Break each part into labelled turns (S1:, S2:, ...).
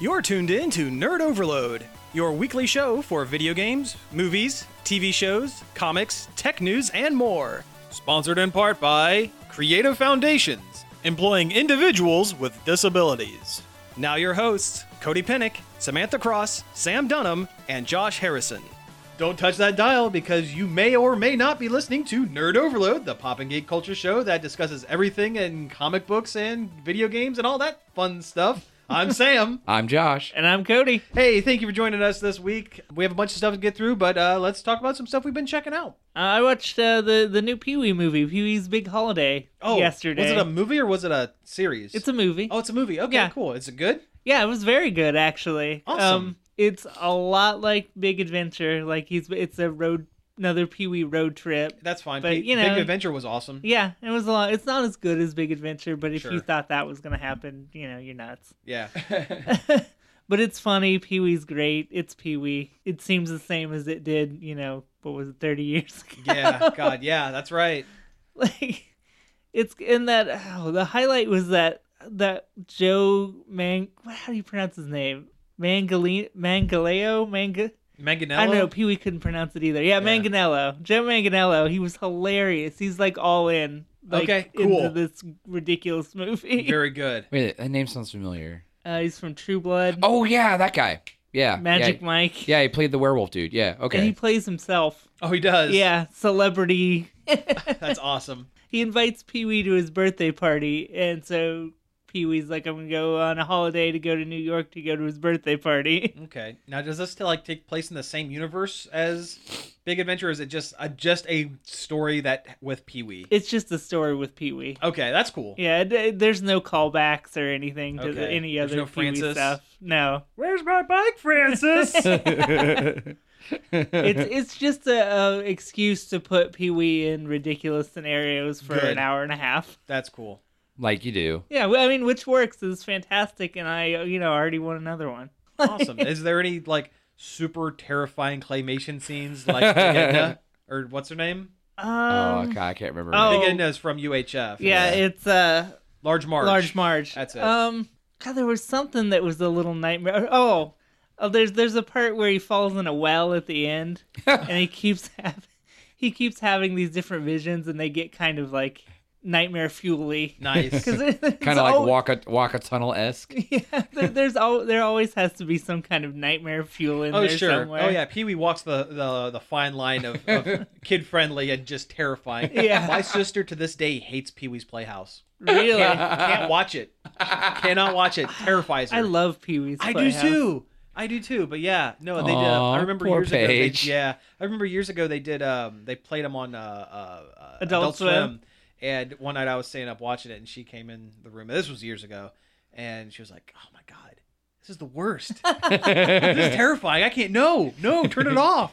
S1: You're tuned in to Nerd Overload, your weekly show for video games, movies, TV shows, comics, tech news, and more. Sponsored in part by Creative Foundations, employing individuals with disabilities. Now, your hosts, Cody Pennick, Samantha Cross, Sam Dunham, and Josh Harrison. Don't touch that dial because you may or may not be listening to Nerd Overload, the pop and geek culture show that discusses everything in comic books and video games and all that fun stuff. I'm Sam.
S2: I'm Josh.
S3: And I'm Cody.
S1: Hey, thank you for joining us this week. We have a bunch of stuff to get through, but uh, let's talk about some stuff we've been checking out.
S3: Uh, I watched uh, the the new Pee Wee movie, Pee Wee's Big Holiday, yesterday.
S1: Oh, was it a movie or was it a series?
S3: It's a movie.
S1: oh, it's a movie. Okay,
S3: Yeah.
S1: cool. Is it good?
S3: Yeah, it was very good actually. Um,
S1: Awesome.
S3: it's a lot like Big Adventure. Like he's it's a road another Pee Wee road trip.
S1: That's fine.
S3: But,
S1: Big,
S3: you know-
S1: Big Adventure was awesome.
S3: Yeah, it was a lot. It's not as good as Big Adventure, but if
S1: Sure.
S3: you thought that was gonna happen, you know, you're nuts.
S1: Yeah.
S3: but it's funny. Pee Wee's great. It's Pee Wee. It seems the same as it did. You know, what was it, thirty years ago?
S1: Yeah. God. Yeah. That's right.
S3: like it's in that oh, the highlight was that that Joe Mang what how do you pronounce his name Mangalino Mangaleo Manga
S1: Manganello.
S3: I don't know Pee Wee couldn't pronounce it either yeah,
S1: Yeah.
S3: Manganello Joe Manganello he was hilarious he's like all in like,
S1: Okay, cool.
S3: into this ridiculous movie
S1: Very good.
S2: Wait, that name sounds familiar.
S3: uh, he's from True Blood
S2: Oh yeah, that guy. Yeah.
S3: Magic
S2: Yeah,
S3: Mike
S2: yeah, he played the werewolf dude. Yeah.
S3: and he
S2: Okay.
S3: plays himself
S1: Oh, he does.
S3: yeah celebrity
S1: That's awesome.
S3: he invites Pee Wee to his birthday party, and so Pee Wee's like, "I'm gonna go on a holiday to go to New York to go to his birthday party."
S1: Okay. Now, does this like take place in the same universe as Big Adventure? Or is it just uh, just a story that with Pee Wee?
S3: It's just a story with Pee Wee.
S1: Okay, that's cool.
S3: Yeah, d- there's no callbacks or anything to the,
S1: Okay.
S3: any
S1: There's
S3: other
S1: no
S3: Pee Wee
S1: Francis?
S3: stuff. No,
S1: Where's my bike, Francis?
S3: it's it's just a, a excuse to put Pee Wee in ridiculous scenarios for
S1: Good.
S3: an hour and a half.
S1: that's cool.
S2: like you do.
S3: Yeah, well, I mean, which works is fantastic, and I you know already want another one.
S1: Awesome. Is there any like super terrifying claymation scenes like Big Edna or what's her name?
S3: Um,
S2: oh God, I can't remember.
S3: oh.
S1: Big Edna is from UHF.
S3: yeah, it's uh.
S1: Large March.
S3: Large Marge.
S1: That's it.
S3: Um, God, there was something that was a little nightmare. Oh, oh, there's there's a part where he falls in a well at the end, and he keeps having he keeps having these different visions, and they get kind of like nightmare fuely.
S1: Nice.
S2: Kind of like walk a walk a tunnel esque.
S3: Yeah, there, there's al- there always has to be some kind of nightmare fuel in
S1: Oh
S3: there
S1: sure.
S3: somewhere.
S1: Oh yeah. Pee Wee walks the, the the fine line of, of kid friendly and just terrifying.
S3: Yeah.
S1: My sister to this day hates Pee Wee's Playhouse.
S3: really.
S1: Can't watch it. Cannot watch it. Terrifies her.
S3: I love Pee Wee's.
S1: I
S3: Playhouse.
S1: do too. I do too. But yeah, no, they did. uh,
S2: Aw,
S1: I remember
S2: poor
S1: years ago. They,
S2: Paige.
S1: yeah, I remember years ago they did. Um, they played them on uh, uh, uh,
S3: Adult Swim.
S1: And one night I was staying up watching it, and she came in the room. And this was years ago, and she was like, "Oh my god, this is the worst. this is terrifying. I can't. No, no, turn it off."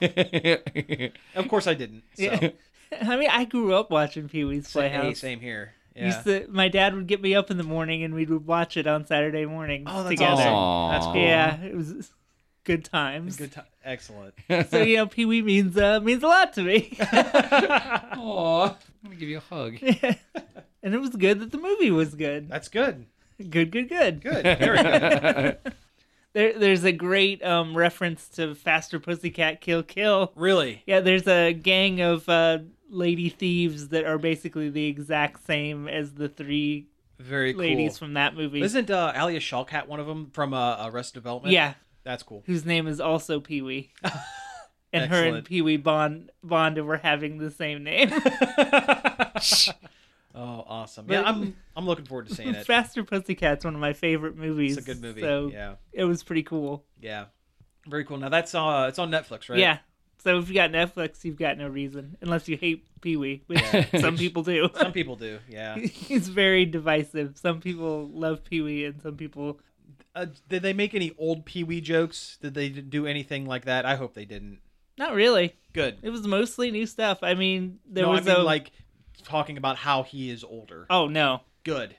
S1: Of course I didn't. So.
S3: Yeah. I mean, I grew up watching Pee Wee's
S1: Sa- hey,
S3: Playhouse.
S1: same here. Yeah.
S3: Used to, my dad would get me up in the morning and we would watch it on Saturday morning
S1: oh, that's
S3: together.
S1: awesome. That's
S2: Aw.
S1: cool.
S3: Yeah, it was good times.
S1: Good time. Excellent.
S3: so you know, Pee Wee means uh, means a lot to me,
S2: Aw, I'm gonna give you a hug.
S3: and it was good that the movie was good.
S1: That's good.
S3: Good, good, good.
S1: Good. Very good.
S3: There, there's a great um, reference to Faster Pussycat Kill Kill.
S1: really.
S3: Yeah, there's a gang of uh, lady thieves that are basically the exact same as the three
S1: Very cool.
S3: ladies from that movie.
S1: Isn't uh, Alia Shawkat one of them from uh, Arrested Development?
S3: yeah,
S1: that's cool.
S3: whose name is also Pee Wee. And her and
S1: Excellent.
S3: Pee Wee bond bond over having the same name.
S1: Oh, awesome!
S3: But-
S1: Yeah, I'm I'm looking forward to seeing it.
S3: Faster Pussycat's one of my favorite movies.
S1: It's a good movie.
S3: So
S1: Yeah,
S3: it was pretty cool.
S1: yeah, very cool. Now that's uh, it's on Netflix, right?
S3: Yeah. So if you got Netflix, you've got no reason, unless you hate Pee Wee, which some people do.
S1: Some people do. Yeah.
S3: He's very divisive. Some people love Pee Wee, and some people.
S1: Uh, did they make any old Pee Wee jokes? Did they do anything like that? I hope they didn't.
S3: Not really.
S1: Good.
S3: It was mostly new stuff. I mean, there
S1: no,
S3: was
S1: I mean
S3: a
S1: like talking about how he is older.
S3: Oh no,
S1: Good,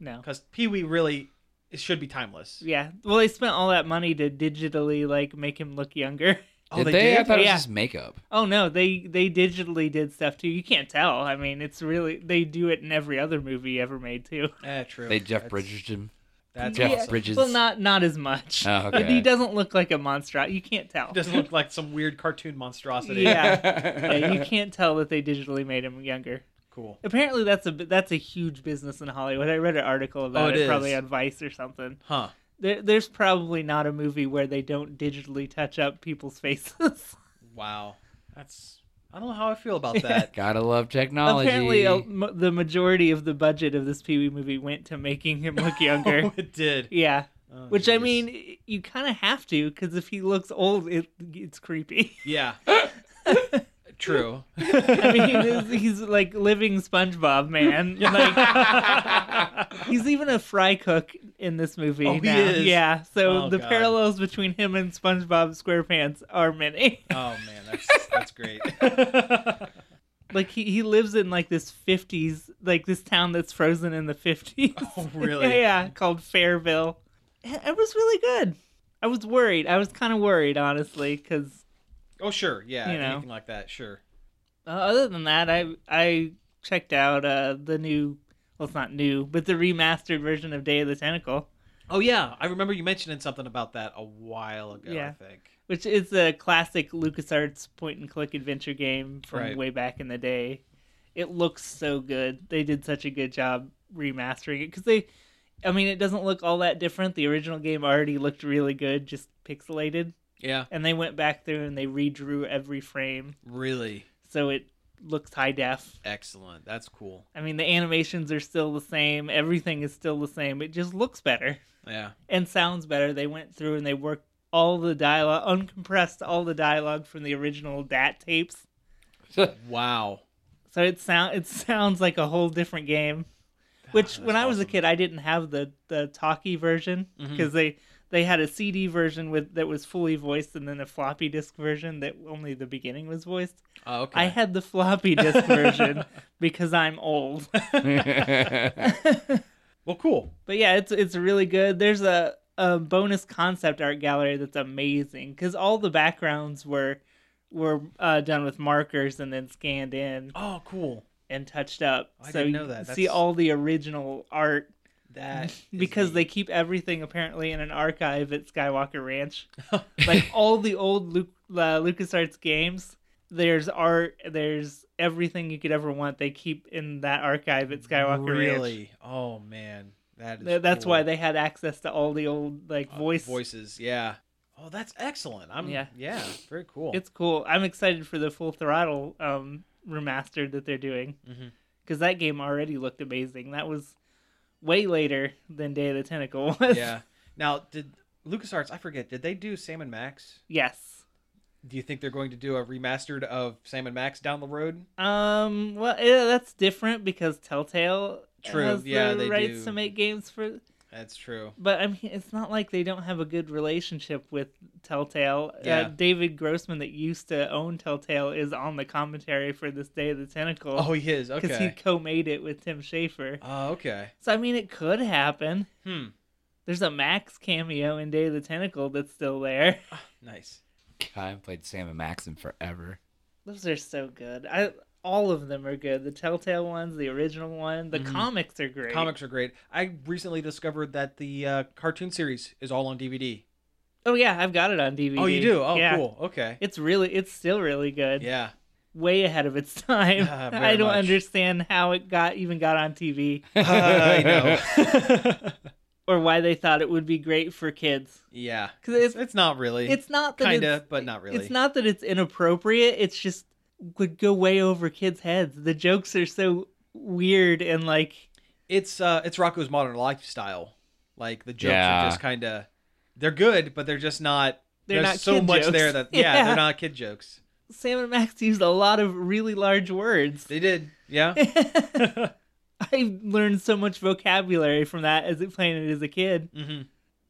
S3: no.
S1: because Pee Wee really it should be timeless.
S3: Yeah. Well, they spent all that money to digitally like make him look younger.
S1: Oh,
S2: did
S1: they
S2: they?
S1: did?
S2: I thought it
S3: Yeah.
S2: was just makeup.
S3: Oh no, they they digitally did stuff too. You can't tell. I mean, it's really they do it in every other movie ever made too.
S1: Eh, true.
S2: They Jeff
S1: That's-
S2: Bridges him.
S1: That's
S2: Jeff
S1: awesome.
S2: Bridges.
S3: Well, not not as much.
S2: Oh,
S3: But
S2: okay.
S3: He doesn't look like a monster. You can't tell.
S1: Doesn't look like some weird cartoon monstrosity.
S3: Yeah. yeah, you can't tell that they digitally made him younger.
S1: Cool.
S3: Apparently, that's a that's a huge business in Hollywood. I read an article about
S1: Oh, it
S3: it, probably
S1: is.
S3: on Vice or something.
S1: Huh.
S3: There, there's probably not a movie where they don't digitally touch up people's faces.
S1: Wow. That's. I don't know how I feel about that.
S2: Gotta love technology.
S3: Apparently, oh. a, m- the majority of the budget of this Pee Wee movie went to making him look younger.
S1: Oh, it did.
S3: yeah,
S1: Oh,
S3: which I
S1: jeez.
S3: mean, y- you kind of have to because if he looks old, it it's creepy.
S1: Yeah. True.
S3: I mean, he's, he's like living SpongeBob man. Like, he's even a fry cook in this movie.
S1: Oh, he
S3: now.
S1: is?
S3: Yeah. So
S1: Oh,
S3: the
S1: God.
S3: parallels between him and SpongeBob SquarePants are many.
S1: Oh man, that's that's great.
S3: like he, he lives in like this fifties, like this town that's frozen in the fifties.
S1: Oh, really?
S3: yeah, called Fairville. It it was really good. I was worried. I was kind of worried, honestly, because
S1: Oh sure, yeah,
S3: You know.
S1: anything like that, sure.
S3: Uh, other than that, I I checked out uh, the new, well, it's not new, but the remastered version of Day of the Tentacle,
S1: Oh yeah, I remember you mentioning something about that a while ago.
S3: Yeah.
S1: I think.
S3: which is a classic LucasArts point and click adventure game from
S1: Right.
S3: way back in the day. It looks so good. They did such a good job remastering it because they, I mean, it doesn't look all that different. The original game already looked really good, just pixelated,
S1: Yeah,
S3: and they went back through and they redrew every frame
S1: really
S3: so it looks high def.
S1: excellent. That's cool.
S3: I mean, the animations are still the same. Everything is still the same. It just looks better
S1: Yeah.
S3: and sounds better. They went through and they worked all the dialogue, uncompressed all the dialogue from the original DAT tapes.
S1: Wow.
S3: So it sound it sounds like a whole different game. Which, when I was a
S1: awesome. Mm-hmm.
S3: kid, I didn't have the the talkie version because they they had a CD version with that was fully voiced, and then a floppy disk version that only the beginning was voiced.
S1: Oh, okay.
S3: I had the floppy disk version because I'm old.
S1: well, cool.
S3: But yeah, it's it's really good. There's a, a bonus concept art gallery that's amazing because all the backgrounds were were uh, done with markers and then scanned in
S1: Oh, cool.
S3: and touched up.
S1: Oh, I
S3: so
S1: didn't
S3: you
S1: know that.
S3: See
S1: That's-
S3: all the original art
S1: That is
S3: because they
S1: neat.
S3: keep everything apparently in an archive at Skywalker Ranch. like all the old Luke, uh, LucasArts games, there's art, there's everything you could ever want. They keep in that archive at Skywalker Ranch.
S1: really. Oh man, that is.
S3: Th- That's why
S1: cool.
S3: they had access to all the old like
S1: Uh,
S3: voice.
S1: voices. Yeah. Oh, that's excellent. I'm. Yeah.
S3: Yeah.
S1: Yeah. Very cool.
S3: It's cool. I'm excited for the full throttle um, remastered that they're doing
S1: Mhm.
S3: because that game already looked amazing. That was way later than Day of the Tentacle was.
S1: yeah. Now, did LucasArts? I forget. Did they do Sam and Max?
S3: yes.
S1: Do you think they're going to do a remastered of Sam and Max down the road?
S3: Um. Well, yeah, that's different because Telltale
S1: True.
S3: has the
S1: Yeah, they
S3: rights
S1: do.
S3: to make games for.
S1: That's true.
S3: But I mean, it's not like they don't have a good relationship with Telltale.
S1: Yeah.
S3: Uh, David Grossman, that used to own Telltale, is on the commentary for this Day of the Tentacle.
S1: Oh, he is.
S3: because
S1: Okay.
S3: he co-made it with Tim Schafer.
S1: Oh, okay.
S3: So I mean, it could happen.
S1: Hmm.
S3: There's a Max cameo in Day of the Tentacle that's still there.
S1: Nice.
S2: I haven't played Sam and Max in forever.
S3: Those are so good. I all of them are good. The Telltale ones, the original one, the comics are great.
S1: Mm-hmm. Comics are great. I recently discovered that the uh, cartoon series is all on DVD.
S3: Oh yeah, I've got it on DVD.
S1: Oh, you do? Oh,
S3: Yeah.
S1: cool. Okay.
S3: It's really, it's still really good.
S1: Yeah.
S3: Way ahead of its time.
S1: Yeah, very
S3: I don't
S1: much.
S3: understand how it got even got on TV
S1: I know.
S3: or why they thought it would be great for kids.
S1: yeah.
S3: 'Cause it's-
S1: it's, not really.
S3: It's not that
S1: Kinda,
S3: it's-
S1: but not really.
S3: It's not that it's inappropriate. It's just would go way over kids' heads. The jokes are so weird and like
S1: it's uh it's Rocco's modern lifestyle. Like the jokes
S2: Yeah.
S1: are just kind of they're good, but they're just not.
S3: They're
S1: there's
S3: not
S1: so
S3: kid
S1: much
S3: jokes.
S1: there that yeah,
S3: Yeah.
S1: they're not kid jokes.
S3: Sam and Max used a lot of really large words.
S1: They did. Yeah.
S3: I learned so much vocabulary from that as it playing it as a kid.
S1: Mhm.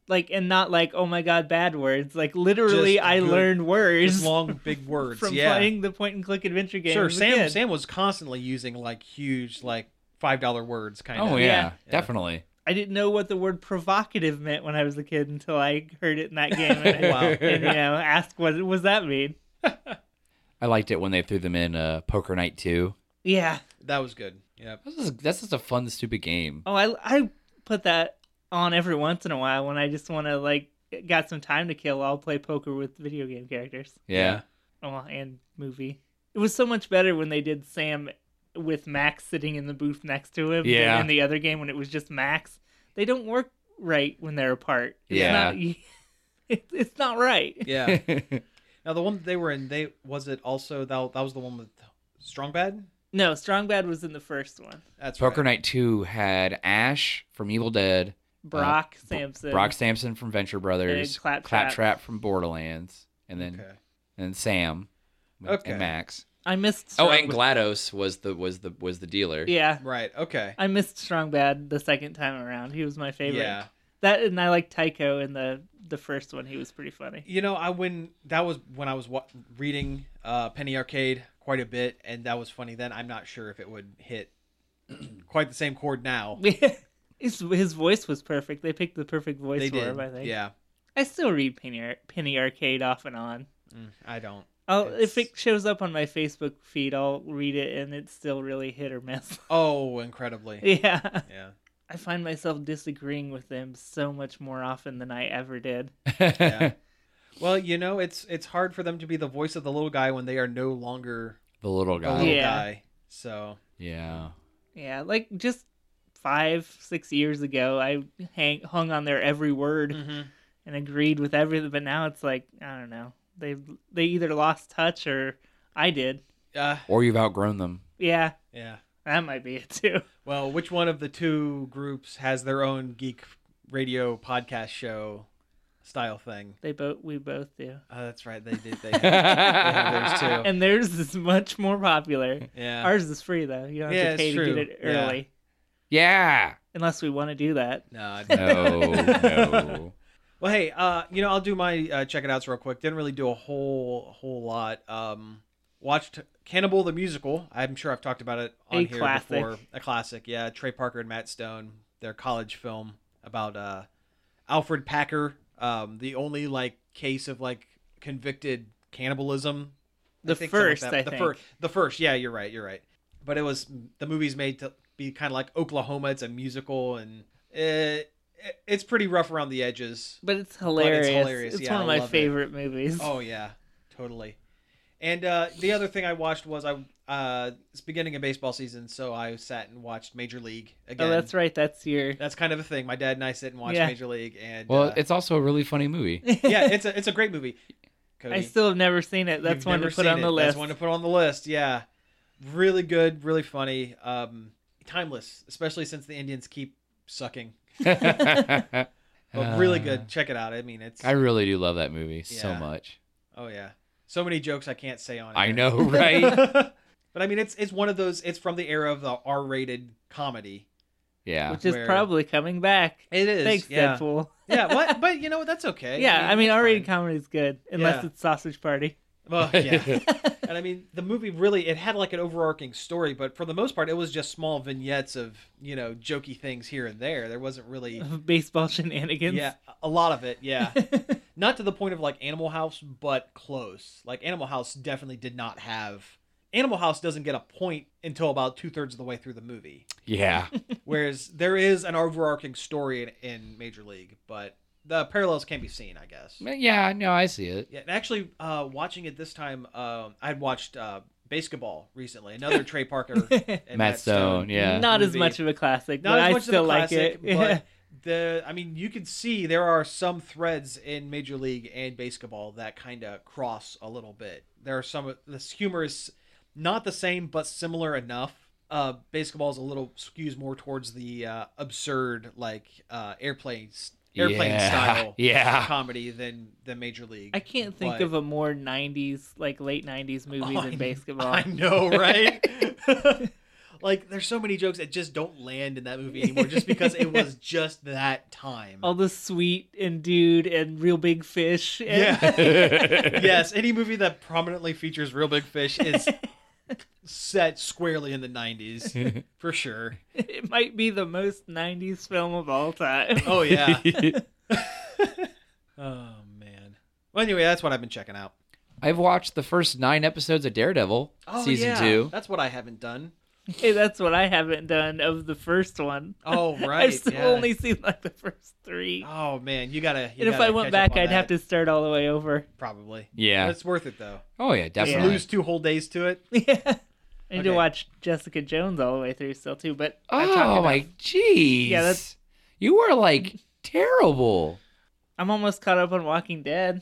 S3: Like and not like oh my god bad words. Like literally,
S1: Just
S3: I
S1: good-
S3: learned words
S1: Just long big words.
S3: from
S1: yeah.
S3: playing the point and click adventure game.
S1: sure.
S3: as a
S1: Sam
S3: kid.
S1: Sam was constantly using like huge like five dollar words kind of.
S2: Oh yeah,
S3: Yeah.
S2: definitely.
S3: I didn't know what the word provocative meant when I was a kid until I heard it in that game. And,
S1: Wow.
S3: and you know, asked what what does that mean?
S2: I liked it when they threw them in uh, Poker Night Two.
S3: Yeah.
S1: That was good. Yep.
S2: That's just, that's just a fun, stupid game.
S3: Oh, I I Oh, put that. on every once in a while when I just want to like got some time to kill. I'll play poker with video game characters.
S2: Yeah.
S3: Oh, and movie. It was so much better when they did Sam with Max sitting in the booth next to him. than
S2: Yeah.
S3: in the other game when it was just Max, they don't work right when they're apart. It's
S2: Yeah.
S3: Not, it, it's not right.
S1: Yeah. now the one that they were in, they was it also that that was the one with Strong Bad.
S3: No, Strong Bad was in the first one.
S1: That's
S2: Poker
S1: right.
S2: Night 2 had Ash from Evil Dead,
S1: Uh,
S3: Brock Samson.
S2: Brock Sampson from Venture Brothers,
S3: Claptrap.
S2: from Borderlands, and then
S1: Okay.
S2: and then Sam
S1: Okay.
S2: and Max.
S3: I missed.
S2: Oh,
S3: Strong
S2: and GLaDOS was the was the was the dealer.
S3: Yeah.
S1: Right. Okay.
S3: I missed Strong Bad the second time around. He was my favorite.
S1: Yeah.
S3: That and I like Tycho in the the first one. He was pretty funny.
S1: You know, I when that was when I was wa- reading uh, Penny Arcade quite a bit, and that was funny then. I'm not sure if it would hit quite the same chord now.
S3: his his voice was perfect. They picked the perfect voice
S1: They
S3: for
S1: did.
S3: him. I think.
S1: Yeah.
S3: I still read Penny, Ar- Penny Arcade off and on.
S1: Mm, I don't.
S3: I'll,
S1: It's-
S3: if it shows up on my Facebook feed, I'll read it, and it's still really hit or miss.
S1: Oh, incredibly.
S3: yeah,
S1: Yeah.
S3: I find myself disagreeing with them so much more often than I ever did.
S1: Yeah. Well, you know, it's it's hard for them to be the voice of the little guy when they are no longer
S2: the little
S1: the
S2: guy.
S1: little
S2: Yeah.
S3: Yeah.
S1: guy. So
S3: Yeah, like just five, six years ago, I hang hung on their every word.
S1: Mm. mm-hmm.
S3: and agreed with everything but now it's like i don't know they they either lost touch or i did
S1: uh,
S2: Or you've outgrown them.
S3: yeah
S1: yeah.
S3: that might be it too
S1: Well, which one of the two groups has their own geek radio podcast show style thing?
S3: they both we both do
S1: Oh, that's right. They did. They have, they have theirs too.
S3: and theirs is much more popular
S1: Oh. Yeah.
S3: ours is free though you don't have
S1: Yeah,
S3: to
S1: it's
S3: pay to
S1: true.
S3: get it
S1: Yeah.
S3: early
S2: Yeah.
S3: unless we want to do that
S1: no. I don't.
S2: No. no.
S1: Well, hey, uh, you know, I'll do my uh, check it outs real quick. Didn't really do a whole whole lot. Um, watched Cannibal the musical. I'm sure I've talked about it on
S3: A
S1: here
S3: classic.
S1: before. A classic, yeah. Trey Parker and Matt Stone, their college film about uh, Alfred Packer, um, the only like case of like convicted cannibalism.
S3: The
S1: think something like
S3: first,
S1: that.
S3: I
S1: the
S3: think.
S1: first, the first. Yeah, you're right. You're right. But it was the movie's made to be kind of like Oklahoma. It's a musical, and it, it, it's pretty rough around the edges.
S3: but it's hilarious it's,
S1: hilarious, yeah,
S3: one of
S1: I
S3: my
S1: love it.
S3: favorite movies
S1: Oh yeah, totally. And uh, the other thing I watched was I uh, it's beginning of baseball season, so I sat and watched Major League again.
S3: oh that's right that's your
S1: That's kind of a thing. My dad and I sit and watch
S3: Yeah.
S1: Major League, and
S2: Well,
S1: uh,
S2: it's also a really funny movie.
S1: yeah, it's a it's a great movie. Cody,
S3: i still have never seen it that's
S1: you've
S3: one to
S1: never
S3: put
S1: seen
S3: on
S1: it.
S3: the list
S1: That's one to put on the list. Yeah, really good, really funny, um, timeless, especially since the Indians keep sucking. But really good. Check it out. I mean, it's
S2: Uh, I really do love that movie so
S1: Yeah.
S2: much.
S1: oh yeah, so many jokes I can't say on.
S2: I
S1: here.
S2: know, right?
S1: but I mean, it's it's one of those. It's from the era of the R-rated comedy.
S2: yeah.
S3: which is
S1: where-
S3: probably coming back
S1: It is.
S3: thanks
S1: yeah.
S3: deadpool
S1: yeah. What? But you know what? That's okay.
S3: yeah i mean
S1: that's
S3: r-rated
S1: fine.
S3: comedy's good unless
S1: Yeah.
S3: it's sausage party
S1: Well, yeah. and I mean, the movie really it had like an overarching story, but for the most part, it was just small vignettes of you know jokey things here and there. There wasn't really.
S3: of baseball shenanigans.
S1: Yeah, a lot of it. Yeah, not to the point of like Animal House, but close. Like Animal House definitely did not have. Animal House doesn't get a point until about two thirds of the way through the movie.
S2: Yeah.
S1: Whereas there is an overarching story in, in Major League, but the parallels can be seen, I guess.
S2: Yeah, no, I see it.
S1: Yeah, and actually, uh, watching it this time, um, I'd watched uh, Basketball recently, another Trey Parker and Matt,
S2: Matt Stone, yeah.
S3: Not as
S1: movie.
S3: much of a classic,
S1: Not
S3: but
S1: as
S3: I
S1: much
S3: still
S1: of a classic,
S3: like it.
S1: but the I mean, you can see there are some threads in Major League and Basketball that kind of cross a little bit. There are some this humor is not the same, but similar enough. Uh, basketball is a little skews more towards the uh, absurd, like uh, airplanes, airplane
S2: yeah.
S1: style
S2: Yeah.
S1: comedy than the Major League.
S3: I can't think
S1: But-
S3: of a more '90s, like late '90s movie
S1: Oh, I-
S3: than basketball.
S1: I know, right? like, there's so many jokes that just don't land in that movie anymore, just because it was just that time.
S3: All the sweet and dude and real big fish. And
S1: Yeah. yes, any movie that prominently features real big fish is set squarely in the 90s, for sure.
S3: it might be the most '90s film of all time.
S1: Oh, yeah. Oh, man. Well, anyway, that's what I've been checking out.
S2: I've watched the first nine episodes of Daredevil
S1: Oh,
S2: season
S1: yeah.
S2: two.
S1: That's what I haven't done.
S3: Hey, that's what I haven't done of the first one.
S1: Oh right.
S3: I've still
S1: yeah.
S3: only seen like the first three.
S1: Oh man, you gotta. You
S3: and if
S1: gotta
S3: I
S1: catch
S3: went
S1: up
S3: back,
S1: on
S3: I'd have
S1: that,
S3: to start all the way over.
S1: probably. But
S2: Yeah.
S1: it's worth it though.
S2: Oh yeah,
S1: Just
S2: definitely.
S1: lose two whole days to it.
S3: Yeah. I need
S1: Okay.
S3: to watch Jessica Jones all the way through still too, but I've talked
S2: Oh
S3: enough.
S2: my jeez.
S3: Yeah, that's-
S2: You were like terrible.
S3: I'm almost caught up on Walking Dead.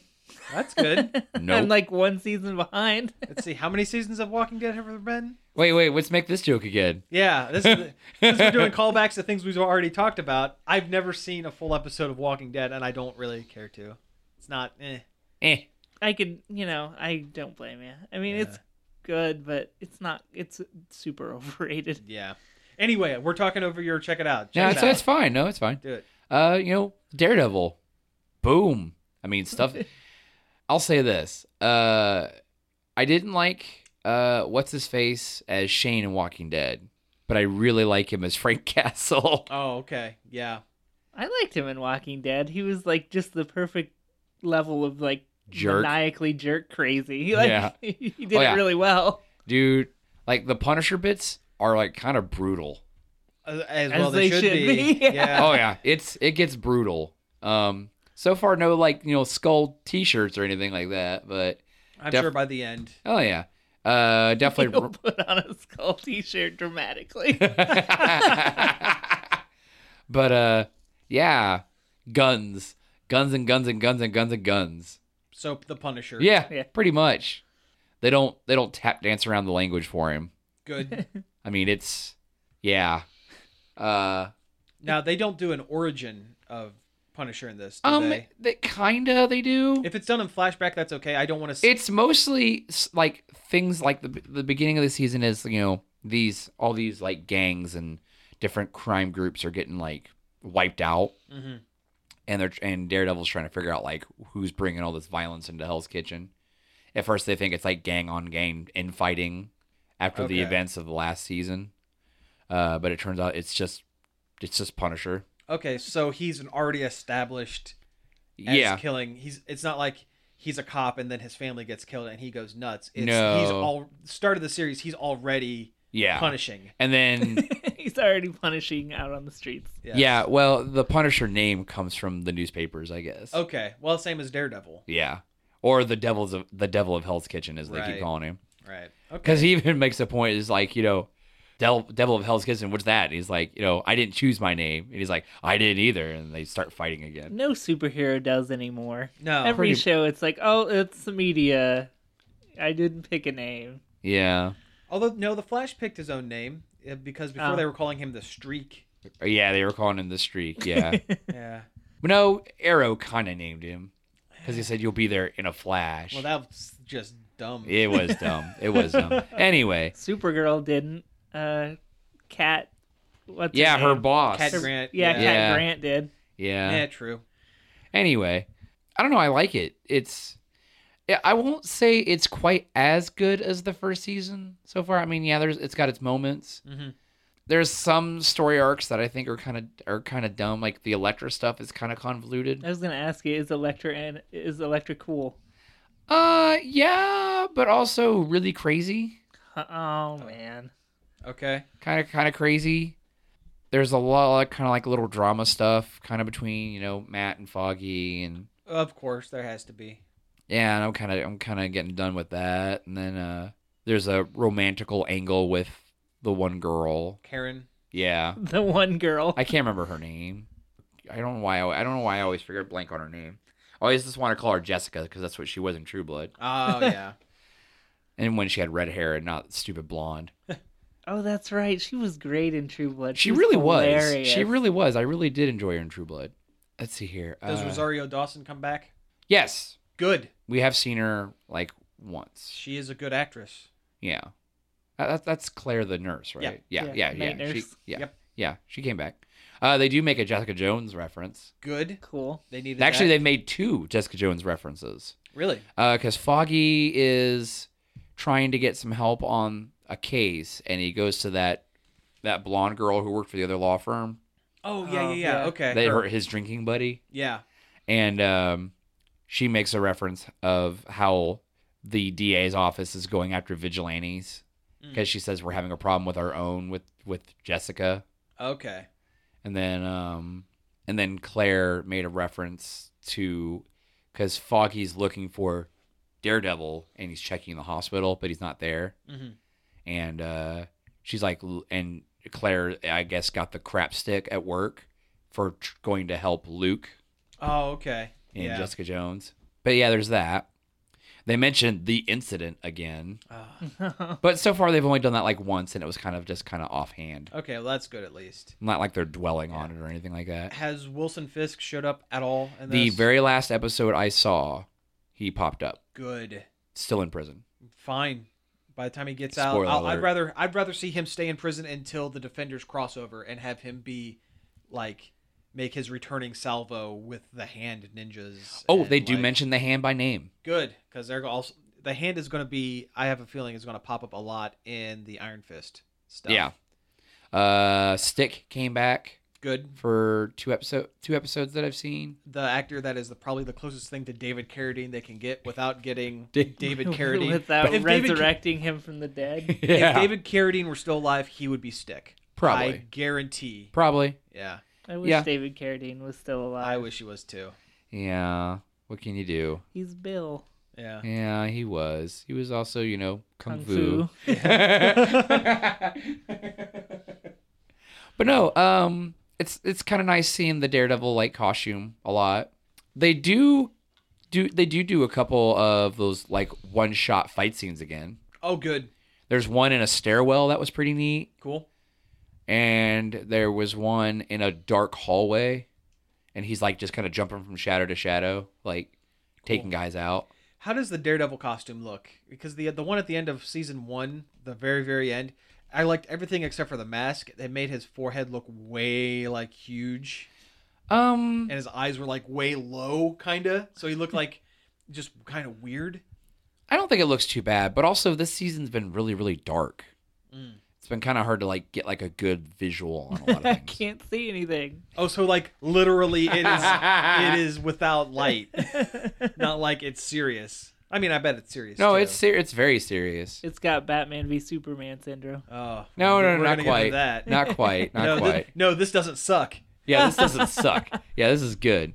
S1: That's good.
S2: Nope.
S3: I'm like one season behind.
S1: Let's see how many seasons of Walking Dead have there been.
S2: Wait, wait, let's make this joke again.
S1: Yeah, this is, since we're doing callbacks to things we've already talked about, I've never seen a full episode of Walking Dead, and I don't really care to. It's not. Eh.
S2: Eh.
S3: I could, you know, I don't blame you. I mean, it's good, but it's not. It's super overrated.
S1: Yeah. Anyway, we're talking over your check it out. Check
S2: No,
S1: it
S2: it's,
S1: out.
S2: it's fine. No, it's fine.
S1: Do it.
S2: Uh, you know, Daredevil. Boom. I mean, stuff. I'll say this. Uh, I didn't like uh, what's his face as Shane in Walking Dead, but I really like him as Frank Castle.
S1: Oh, okay. Yeah.
S3: I liked him in Walking Dead. He was like just the perfect level of like
S2: Jerk.
S3: maniacally jerk crazy. He, like,
S2: Yeah.
S3: he did
S2: Oh, yeah.
S3: it really well.
S2: Dude, like the Punisher bits are like kind of brutal.
S1: As, as
S3: As
S1: well, they, should, be. Yeah.
S2: oh yeah, it's it gets brutal. Um, so far no like you know skull T-shirts or anything like that, but
S1: I'm
S2: Def-
S1: sure by the end.
S2: oh yeah, uh, definitely.
S3: He'll put on a skull T-shirt dramatically.
S2: but uh, yeah, guns, guns and guns and guns and guns and guns.
S1: So the Punisher.
S2: Yeah,
S3: Yeah.
S2: pretty much. They don't they don't tap dance around the language for him.
S1: Good.
S2: I mean it's yeah. Uh,
S1: now they don't do an origin of Punisher in this, do
S2: um,
S1: they?
S2: they kinda they do.
S1: If it's done in flashback, that's okay. I don't want to. See-
S2: it's mostly s- like things like the the beginning of the season is you know these all these like gangs and different crime groups are getting like wiped out
S1: mm-hmm.
S2: and they're and Daredevil's trying to figure out like who's bringing all this violence into Hell's Kitchen. At first they think it's like gang on gang infighting after the
S1: Okay.
S2: events of the last season. Uh, but it turns out it's just it's just Punisher.
S1: Okay, so he's an already established as
S2: yeah.
S1: killing. He's it's not like he's a cop and then his family gets killed and he goes nuts. It's he's
S2: No.
S1: all start of the series, he's already
S2: yeah.
S1: punishing.
S2: and then
S3: He's already punishing out on the streets.
S1: Yes.
S2: yeah, well, the Punisher name comes from the newspapers, I guess.
S1: Okay. Well, same as Daredevil.
S2: Yeah. Or the devil's of the devil of Hell's Kitchen, as they
S1: Right.
S2: keep calling him,
S1: Right. Okay.
S2: because he even makes a point. Is like you know, devil, devil of Hell's Kitchen. What's that? He's like, you know, I didn't choose my name, and he's like, I didn't either, and they start fighting again.
S3: No superhero does anymore.
S1: No.
S3: Every
S2: Oh, pretty-
S3: show, it's like, oh, it's the media. I didn't pick a name.
S2: Yeah,
S1: Although no, the Flash picked his own name eh, because before
S3: Oh.
S1: they were calling him the Streak.
S2: Or, yeah, they were calling him the Streak. Yeah,
S1: Yeah.
S2: but no, Arrow kind of named him because he said you'll be there in a flash.
S1: Well, that's just dumb.
S2: it was dumb. It was dumb. Anyway,
S3: Supergirl didn't. Uh, Cat. What's
S2: yeah, her
S3: name?
S2: boss.
S1: Cat Grant.
S3: Yeah, Cat
S2: Yeah.
S3: Grant did.
S2: yeah,
S1: Yeah, true.
S2: Anyway, I don't know. I like it. It's. I- I won't say it's quite as good as the first season so far. I mean, yeah, there's it's got its moments.
S1: Mhm.
S2: There's some story arcs that I think are kind of are kind of dumb. Like the Electra stuff is kind of convoluted.
S3: I was gonna ask you, is Electra and is Electra cool?
S2: Uh, yeah, but also really crazy.
S3: Oh man,
S1: Okay.
S2: Kind of kind of crazy. There's a lot of kind of like little drama stuff, kind of between you know Matt and Foggy, and
S1: Of course, there has to be.
S2: yeah and i'm kind of i'm kind of getting done with that and then uh there's a romantical angle with the one girl
S1: Karen.
S2: yeah
S3: the one girl.
S2: i can't remember her name i don't know why i, I don't know why i always forget blank on her name i always just want to call her jessica because that's what she was in true blood
S1: Oh yeah.
S2: and when she had red hair and not stupid blonde
S3: Oh, that's right. She was great in True Blood.
S2: she really was
S3: hilarious.
S2: she really was i really did enjoy her in true blood let's see here
S1: Does
S2: Uh,
S1: Rosario Dawson come back?
S2: yes
S1: Good.
S2: we have seen her like once
S1: She is a good actress.
S2: yeah Uh, that, that's claire the nurse
S1: Yeah.
S2: right yeah yeah
S3: Yeah,
S2: yeah
S3: night
S2: yeah, She,
S3: nurse.
S2: yeah.
S1: Yep.
S2: Yeah, she came back. Uh, they do make a Jessica Jones reference.
S1: Good.
S3: cool.
S1: They needed
S2: Actually,
S1: that.
S2: they've made two Jessica Jones references
S1: really
S2: because Foggy is trying to get some help on a case, and he goes to that that blonde girl who worked for the other law firm.
S1: Oh yeah,
S3: Oh,
S1: yeah, yeah.
S3: yeah.
S1: Okay.
S2: They
S1: Her-
S2: hurt his drinking buddy,
S1: Yeah.
S2: and um, she makes a reference of how the DA's office is going after vigilantes because she says we're having a problem with our own with with Jessica,
S1: Okay.
S2: and then um and then Claire made a reference to because Foggy's looking for Daredevil and he's checking the hospital, but he's not there,
S1: Mhm.
S2: and uh, she's like, l- and Claire I guess got the crap stick at work for tr- going to help Luke
S1: Oh, okay.
S2: and
S1: yeah.
S2: Jessica Jones. But yeah, there's that. They mentioned the incident again,
S1: Ah,
S2: but so far they've only done that like once, and it was kind of just kind of offhand.
S1: okay, well, that's good at least.
S2: Not like they're dwelling on it or anything like that.
S1: Has Wilson Fisk showed up at all? In
S2: The
S1: this?
S2: very last episode I saw, he popped up,
S1: good.
S2: still in prison.
S1: Fine. By the time he gets
S2: Spoiler
S1: out, I'll, I'd
S2: alert.
S1: rather I'd rather see him stay in prison until the Defenders crossover and have him be like make his returning salvo with the Hand Ninjas.
S2: Oh,
S1: and,
S2: they do
S1: like-
S2: mention the hand by name.
S1: good because they're also the Hand is going to be. I have a feeling is going to pop up a lot in the Iron Fist stuff.
S2: Yeah. Uh, Stick came back
S1: good.
S2: for two episode two episodes that I've seen.
S1: The actor that is the, probably the closest thing to David Carradine they can get without getting
S2: David
S1: David Carradine.
S3: without
S1: If David Ca-
S3: resurrecting him from the dead.
S1: If David Carradine were still alive, he would be Stick. I
S2: probably,
S1: guarantee.
S2: probably.
S1: Yeah,
S3: I wish
S2: Yeah.
S3: David Carradine was still alive.
S1: I wish he was too.
S2: Yeah. What can you do?
S3: He's Bill.
S1: Yeah.
S2: Yeah, he was. He was also, you know, kung,
S3: Kung
S2: fu. but no, um, it's it's kind of nice seeing the Daredevil like costume a lot. They do do they do do a couple of those like one shot fight scenes again.
S1: Oh, good.
S2: There's one in a stairwell that was pretty neat,
S1: Cool.
S2: and there was one in a dark hallway, and he's like just kind of jumping from shadow to shadow, like taking guys out.
S1: How does the Daredevil costume look? Because the the one at the end of season one, the very very end, I liked everything except for the mask. They made his forehead look way like huge,
S2: Um,
S1: and his eyes were like way low, kinda. So he looked like just kind of weird.
S2: I don't think it looks too bad, but also this season's been really, really dark.
S1: Mm.
S2: It's been kind of hard to like get like a good visual on a lot
S3: I
S2: of things.
S3: can't see anything.
S1: Oh, so like literally, it is it is without light, not like it's serious. I mean, I bet it's serious.
S2: no,
S1: too.
S2: it's ser- it's very serious.
S3: It's got Batman v Superman syndrome.
S1: Oh,
S2: No,
S1: we're
S2: no,
S1: gonna
S2: no, not
S1: get into
S2: quite.
S1: That.
S2: Not quite. Not
S1: no, thi-
S2: quite.
S1: no, this doesn't suck.
S2: Yeah, this doesn't suck. Yeah, this is good.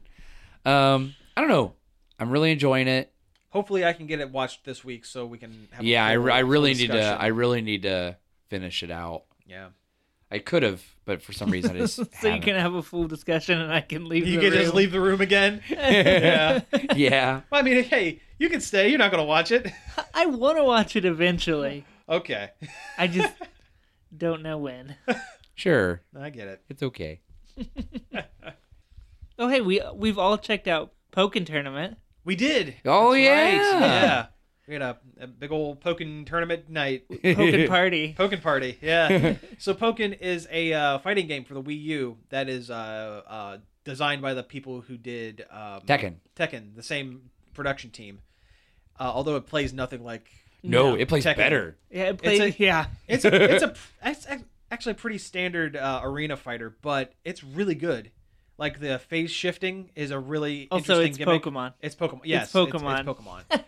S2: Um, I don't know. I'm really enjoying it.
S1: Hopefully, I can get it watched this week so we can. Have a
S2: Yeah, I,
S1: full-
S2: re- I
S1: full
S2: really need to.
S1: discussion.
S2: I really need to finish it out.
S1: Yeah.
S2: I could have, but for some reason I just
S3: so you
S2: haven't.
S3: can have a full discussion and I can leave.
S1: You
S3: the
S1: can just
S3: room.
S1: leave the room again. yeah.
S2: yeah.
S1: Well, I mean, hey, you can stay. You're not gonna watch it.
S3: I want to watch it eventually.
S1: Okay.
S3: I just don't know when.
S2: Sure.
S1: I get it.
S2: It's okay.
S3: Oh hey, we we've all checked out Pokken Tournament.
S1: We did.
S2: Oh
S1: That's
S2: yeah.
S1: Right. Yeah. We had a, a big old poking tournament night,
S3: Pokken Party.
S1: poking party. Yeah. so Pokken is a uh, fighting game for the Wii U that is uh, uh, designed by the people who did um,
S2: Tekken.
S1: Tekken, the same production team. Uh, although it plays nothing like
S2: No,
S3: No,
S2: it plays
S1: Tekken.
S2: better.
S3: Yeah, it plays.
S1: It's
S3: yeah,
S1: it's a, it's a it's ac- actually a pretty standard uh, arena fighter, but it's really good. Like the phase shifting is a really
S3: also
S1: interesting
S3: it's
S1: gimmick.
S3: Pokemon.
S1: It's Pokemon. Yes,
S3: Pokemon.
S1: It's, Pokemon.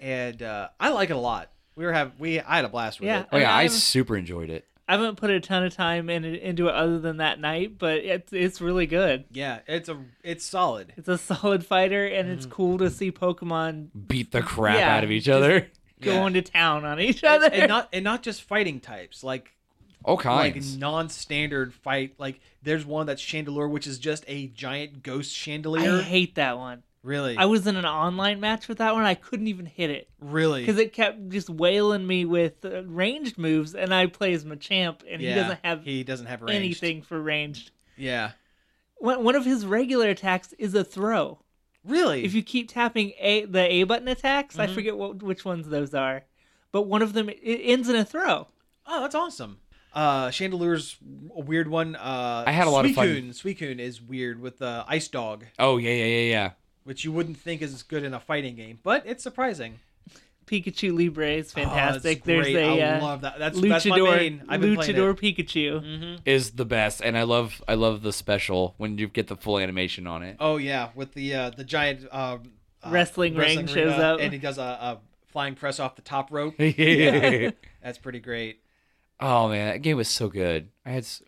S1: and uh, I like it a lot. We were have we I had a blast with
S3: Yeah.
S1: it.
S2: Oh yeah, I
S3: I'm-
S2: super enjoyed it.
S3: I haven't put a ton of time in, into it other than that night, but it's it's really good.
S1: Yeah, it's a it's solid.
S3: It's a solid fighter, and it's
S1: Mm.
S3: cool to see Pokemon
S2: Beat the crap
S3: Yeah,
S2: out of each
S3: just-
S2: other.
S3: going to town on each
S1: And,
S3: other.
S1: and not and not just fighting types like
S2: All kinds.
S1: like non-standard fight like there's one that's chandelier which is just a giant ghost
S3: I
S1: chandelier
S3: hate that one.
S1: really
S3: I was in an online match with that one. I couldn't even hit it
S1: really
S3: because it kept just wailing me with uh, ranged moves, and I play as Machamp, and
S1: Yeah,
S3: he doesn't have
S1: he doesn't have ranged.
S3: anything for ranged.
S1: yeah
S3: One one of his regular attacks is a throw.
S1: really
S3: if you keep tapping a the A button attacks,
S1: Mm-hmm.
S3: I forget what which ones those are, but one of them it ends in a throw.
S1: Oh, that's awesome. Uh, Chandelier's a weird one. Uh,
S2: I had a lot of fun-
S1: Suicune- Suicune is weird with the Ice Dog,
S2: oh yeah, yeah, yeah, yeah.
S1: which you wouldn't think is good in a fighting game, but it's surprising.
S3: Pikachu Libre is
S1: Oh, that's
S3: fantastic. There's
S1: great.
S3: a
S1: I
S3: uh,
S1: love that. That's that's my
S3: luchador
S1: main. I've been playing
S3: luchador Pikachu.
S1: It. hmm
S2: Is the best, and I love, I love the special when you get the full animation on it.
S1: Oh yeah, with the uh, the giant um, uh,
S3: Wrestling ring shows
S1: arena,
S3: up.
S1: and he does a, a flying press off the top rope.
S2: yeah.
S1: That's pretty great.
S2: Oh man, that game was so good. I had, s-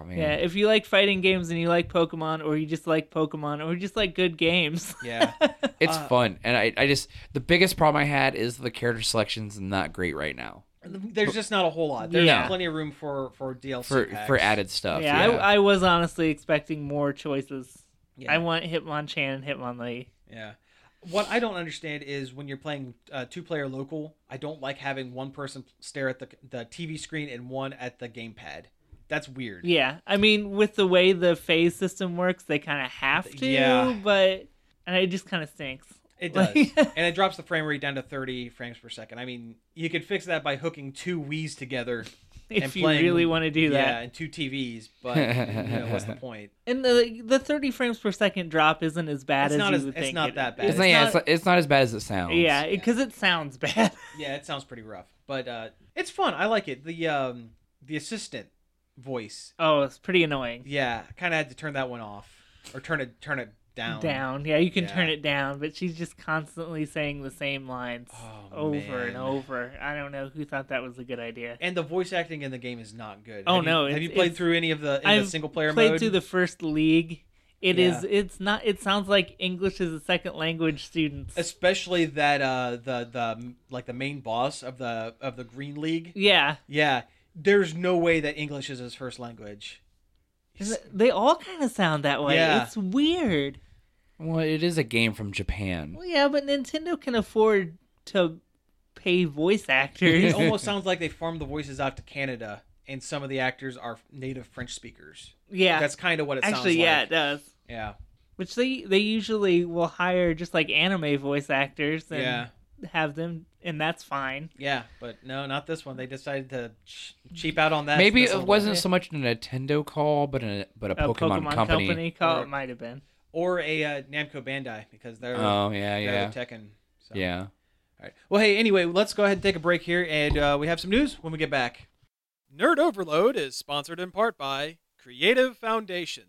S2: oh man,
S3: Yeah, if you like fighting games and you like Pokemon, or you just like Pokemon, or you just like good games,
S1: Yeah.
S2: it's
S1: uh,
S2: fun. And I, I just the biggest problem I had is the character selection's not great right now
S1: There's just not a whole lot. There's
S3: Yeah.
S1: plenty of room for for DLC
S2: for
S1: packs.
S2: for added stuff.
S3: yeah,
S2: Yeah,
S3: I, I was honestly expecting more choices.
S1: Yeah.
S3: I want Hitmonchan and Hitmonlee.
S1: Yeah. What I don't understand is when you're playing uh, two player local, I don't like having one person stare at the, the TV screen and one at the gamepad. That's weird.
S3: Yeah, I mean, with the way the phase system works, they kind of have to,
S1: Yeah.
S3: but and it just kind of stinks.
S1: It does.
S3: Like-
S1: and it drops the frame rate down to 30 frames per second. I mean, you could fix that by hooking two Wii's together.
S3: If
S1: and
S3: you
S1: playing,
S3: really want to do that,
S1: Yeah, and two TVs, but you know, what's the point?
S3: and the the thirty frames per second drop isn't as bad
S1: It's
S3: as
S1: not
S3: you
S1: as-
S3: would
S1: it's
S3: think.
S1: not
S3: it-
S1: that bad.
S2: it's,
S1: It's
S2: not, yeah, it's, not- it's not as bad as it sounds.
S3: yeah, because it sounds bad.
S1: Yeah, it sounds pretty rough, but uh, it's fun. I like it. The um, the assistant voice.
S3: oh, it's pretty annoying.
S1: Yeah, kind of had to turn that one off or turn it turn it down.
S3: Down, yeah, you can
S1: Yeah.
S3: turn it down, but she's just constantly saying the same lines
S1: Oh,
S3: over
S1: man.
S3: and over. I don't know who thought that was a good idea.
S1: And the voice acting in the game is not good.
S3: Oh,
S1: Have you-
S3: no,
S1: have
S3: it's-
S1: you played
S3: it's-
S1: through any of the, in the
S3: I've
S1: single player
S3: played
S1: mode?
S3: through the first league. It is.
S1: Yeah.
S3: It's not. It sounds like English is a second language students.
S1: Especially that uh, the the like the main boss of the of the Green League.
S3: yeah,
S1: Yeah, there's no way that English is his first language.
S3: Is it- they all kind of sound that way.
S1: Yeah.
S3: It's weird.
S2: Well, it is a game from Japan.
S3: Well, yeah, but Nintendo can afford to pay voice actors.
S1: It almost sounds like they farmed the voices out to Canada, and some of the actors are native French speakers.
S3: yeah,
S1: That's kind of what it
S3: actually, yeah,
S1: sounds
S3: it does.
S1: like. Yeah.
S3: Which they they usually will hire just like anime voice actors and
S1: Yeah.
S3: have them, and that's fine.
S1: Yeah. But no, not this one. They decided to ch- cheap out on that.
S2: Maybe
S1: this
S2: it
S1: one.
S2: wasn't so much a Nintendo call, but a but a,
S3: A
S2: Pokemon, company.
S3: call
S1: Or-
S3: it might have been.
S1: Or a uh, Namco Bandai because they're,
S2: Oh yeah,
S1: they're
S2: yeah,
S1: Tekken. So.
S2: yeah.
S1: All right. Well, hey, anyway, let's go ahead and take a break here, and uh, we have some news when we get back. Nerd Overload is sponsored in part by Creative Foundations.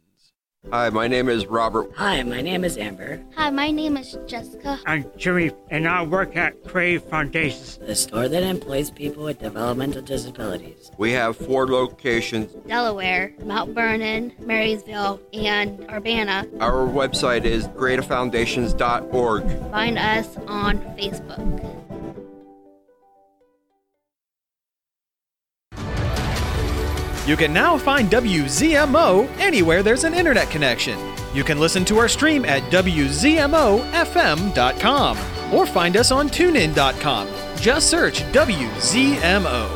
S4: Hi, my name is Robert.
S5: Hi, my name is Amber.
S6: Hi, my name is Jessica.
S7: I'm Jimmy, and I work at Crave Foundations.
S5: The store that employs people with developmental disabilities.
S4: We have four locations.
S6: Delaware, Mount Vernon, Marysville, and Urbana.
S4: Our website is greatafoundations.org.
S6: Find us on Facebook.
S1: You can now find WZMO anywhere there's an internet connection. You can listen to our stream at WZMOFM.com or find us on TuneIn.com. Just search WZMO.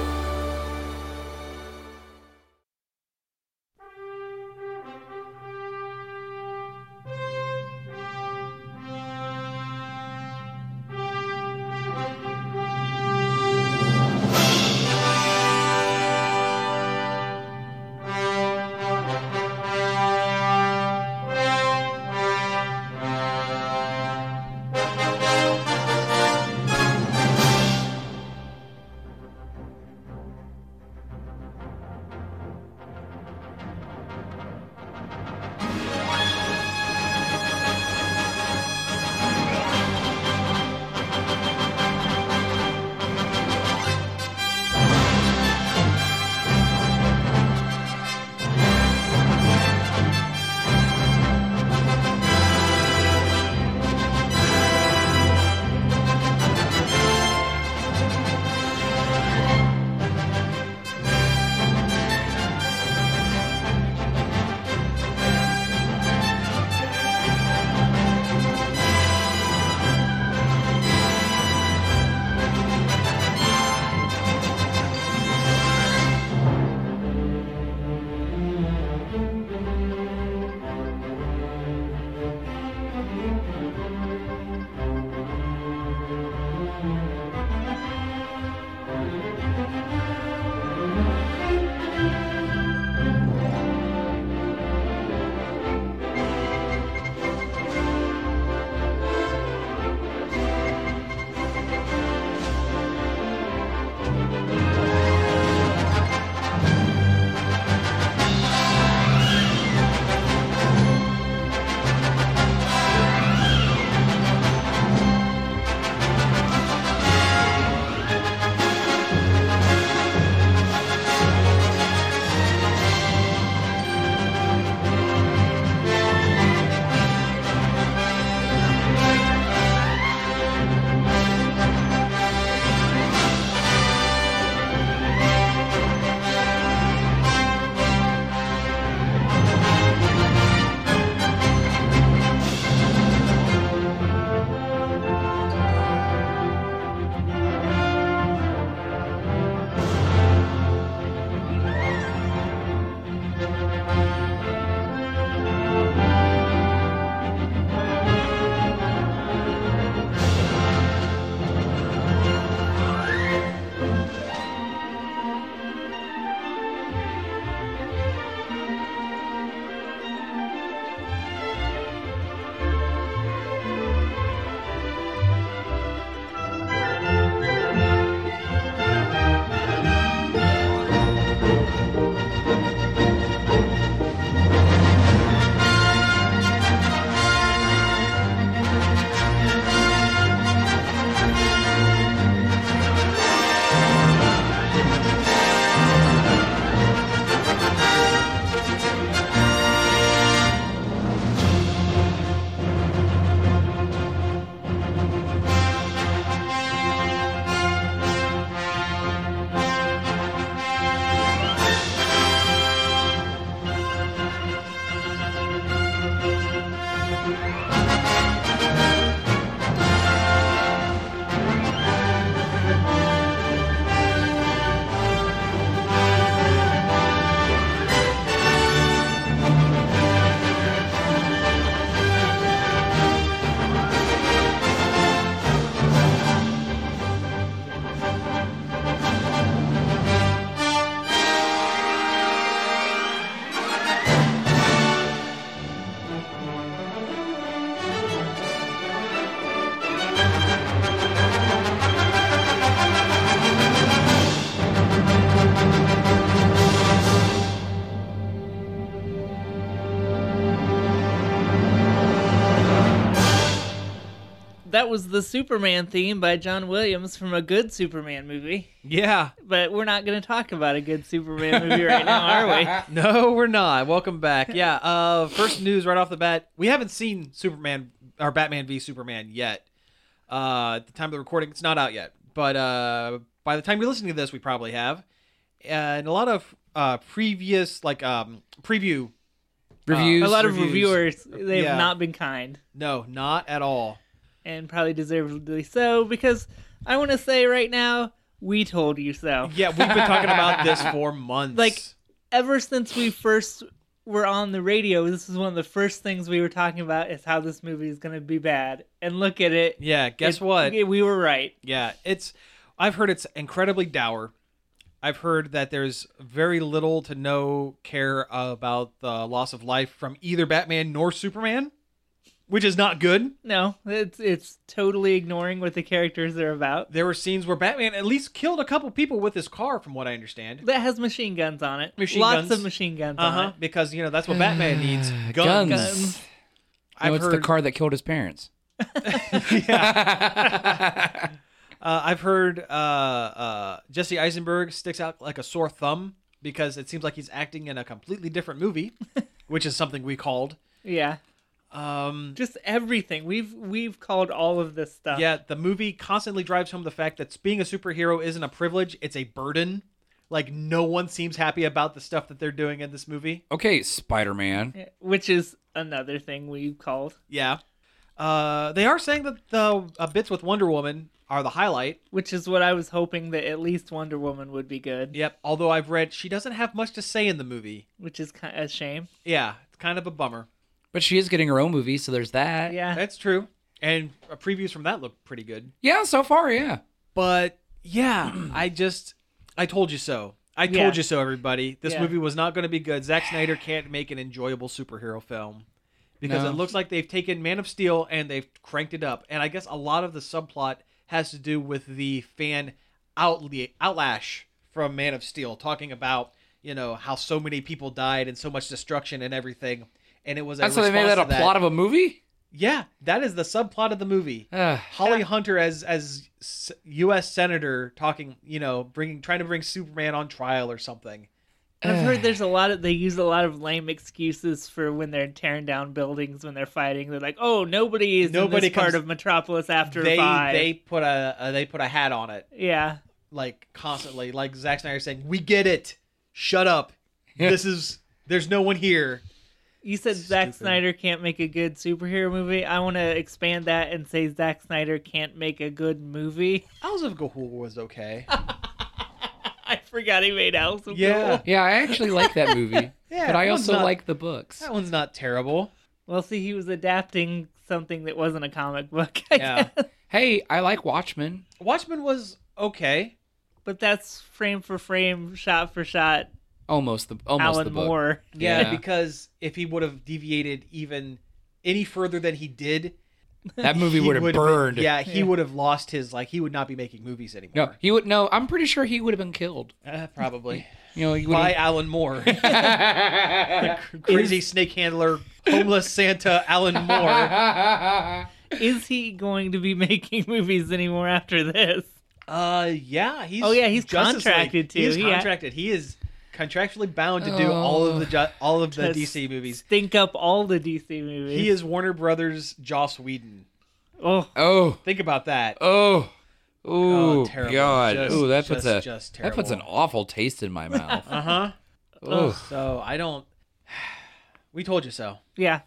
S3: That was the Superman theme by John Williams from a good Superman movie.
S1: Yeah.
S3: But we're not going to talk about a good Superman movie right now, are we?
S1: No, we're not. Welcome back. Yeah. Uh, first news right off the bat. We haven't seen Superman or Batman v Superman yet. Uh, at the time of the recording, it's not out yet. But uh, by the time you're listening to this, we probably have. And a lot of uh, previous, like um, preview.
S2: Reviews.
S1: oh,
S3: A lot of
S1: Reviews.
S3: reviewers, they have
S1: Yeah.
S3: not been kind
S1: No, not at all.
S3: and probably deservedly so because I want to say right now, we told you so.
S1: Yeah, we've been talking about this for months.
S3: Like, ever since we first were on the radio, this is one of the first things we were talking about is how this movie is going to be bad. And look at it.
S1: yeah. Guess
S3: It-
S1: what?
S3: We were right.
S1: Yeah, it's. I've heard it's incredibly dour. I've heard that there's very little to no care about the loss of life from either Batman nor Superman, which is not good.
S3: No, it's it's totally ignoring what the characters are about.
S1: There were scenes where Batman at least killed a couple people with his car, from what I understand.
S3: That has machine guns on it.
S1: Machine
S3: Lots
S1: guns.
S3: of machine guns
S1: Uh huh.
S3: on
S1: Because you know that's what Batman needs.
S2: guns.
S3: Guns.
S1: I've
S2: no, it's
S1: heard.
S2: the car that killed his parents.
S1: Uh, I've heard uh, uh, Jesse Eisenberg sticks out like a sore thumb because it seems like he's acting in a completely different movie, which is something we called.
S3: it. Yeah.
S1: Um,
S3: Just everything. We've we've called all of this stuff.
S1: Yeah, the movie constantly drives home the fact that being a superhero isn't a privilege, it's a burden. Like no one seems happy about the stuff that they're doing in this movie.
S2: Okay, Spider Man.
S3: Which is another thing we've called.
S1: Yeah. Uh, they are saying that the uh, bits with Wonder Woman are the highlight.
S3: Which is what I was hoping that at least Wonder Woman would be good.
S1: Yep. Although I've read she doesn't have much to say in the movie.
S3: Which is kind of a shame.
S1: Yeah, it's kind of a bummer.
S2: But she is getting her own movie, so there's that.
S3: Yeah.
S1: That's true. And uh, previews from that look pretty good.
S2: Yeah, so far, yeah.
S1: But yeah, I just I told you so. I told
S3: Yeah.
S1: you so, everybody. This
S3: Yeah.
S1: movie was not going to be good. Zack Snyder can't make an enjoyable superhero film because
S2: No.
S1: it looks like they've taken Man of Steel and they've cranked it up. And I guess a lot of the subplot has to do with the fan outla- outlash from Man of Steel, talking about you know how so many people died and so much destruction and everything. And it was a
S2: That's why they made
S1: response
S2: that a
S1: to
S2: plot of a movie?
S1: yeah, that is the subplot of the movie.
S2: Ugh.
S1: Holly Hunter as as s- U.S. senator talking, you know, bringing trying to bring Superman on trial or something.
S3: I've heard there's a lot of they use a lot of lame excuses for when they're tearing down buildings when they're fighting. They're like, "Oh, nobody is
S1: Nobody
S3: in this part
S1: comes-
S3: of Metropolis after
S1: They
S3: five.
S1: they put a, a they put a hat on it
S3: Yeah,
S1: like constantly, like Zack Snyder saying, "We get it, shut up. this is there's no one here."
S3: you said Zack Snyder can't make a good superhero movie. I want to expand that and say Zack Snyder can't make a good movie.
S1: House of Gahul was okay.
S3: I forgot he made Alice. in
S1: Yeah.
S3: Wonderland.
S2: Yeah, I actually like that movie.
S1: Yeah,
S2: but I
S1: that one's
S2: also
S1: not-
S2: like the books.
S1: That one's not terrible.
S3: Well, see, he was adapting something that wasn't a comic book. I
S1: Yeah.
S3: guess.
S2: Hey, I like Watchmen.
S1: Watchmen was okay.
S3: But that's frame for frame, shot for shot,
S2: Almost the almost the
S3: Alan
S2: book.
S3: Moore.
S1: Yeah,
S2: Yeah.
S1: because if he would have deviated even any further than he did,
S2: That movie
S1: he
S2: would have
S1: would have been-
S2: burned.
S1: Yeah, he would have lost his like he would not be making movies anymore.
S2: No, he would no, I'm pretty sure he would have been killed.
S1: Uh, probably.
S2: You know, he would
S1: By
S2: have
S1: Alan Moore. Crazy snake handler, homeless Santa Alan Moore.
S3: Is he going to be making movies anymore after this?
S1: Uh yeah, he's
S3: Oh, yeah, he's
S1: Justice League.
S3: contracted to,
S1: He's
S3: he-
S1: contracted. Oh. He is contractually bound to do all of the ju- all of the
S3: Just
S1: DC movies.
S3: Think up all the DC movies.
S1: He is Warner Brothers Joss Whedon.
S3: Oh,
S2: Oh,
S1: Think about that.
S2: oh. Ooh,
S1: Oh, terrible.
S2: God.
S1: Just-
S2: Ooh, that puts
S1: just-
S2: a
S1: just
S2: that puts an
S1: terrible.
S2: awful taste in my mouth.
S1: Uh-huh.
S2: Ugh.
S1: So, I don't We told you so.
S3: yeah.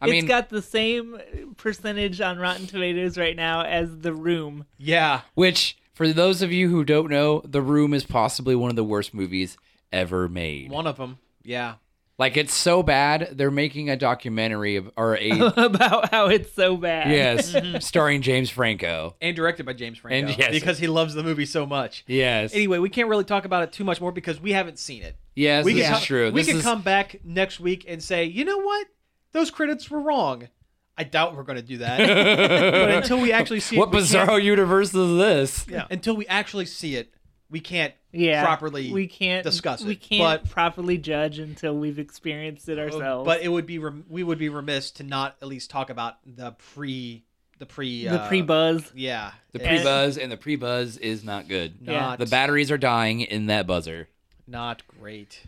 S2: I
S3: It's
S2: mean,
S3: got the same percentage on Rotten Tomatoes right now as The Room.
S1: Yeah.
S2: which for those of you who don't know, The Room is possibly one of the worst movies ever made.
S1: One of them. Yeah.
S2: Like it's so bad, they're making a documentary of, or a
S3: About how it's so bad.
S2: yes,
S1: Mhm.
S2: starring James Franco.
S1: And directed by James Franco
S2: And yes.
S1: because he loves the movie so much.
S2: Yes.
S1: Anyway, we can't really talk about it too much more because we haven't seen it.
S2: yes,
S1: we
S2: this
S1: can
S2: is true.
S1: We
S2: this
S1: can
S2: is,
S1: come back next week and say, you know what, those critics were wrong. I doubt we're going to do that, but until we actually see
S2: What
S1: it, we can't-
S2: bizarro universe is this?
S1: yeah, until we actually see it, we can't
S3: Yeah.
S1: properly
S3: we can't
S1: discuss it.
S3: We can't
S1: But-
S3: properly judge until we've
S1: Oh,
S3: experienced it ourselves.
S1: But it would be rem- we would be remiss to not at least talk about the pre the pre
S3: the
S1: uh,
S3: pre buzz.
S1: Yeah,
S2: The
S1: it's
S2: pre buzz and the pre buzz is not good.
S3: Yeah.
S1: Not
S2: The batteries are dying in that buzzer.
S1: Not great.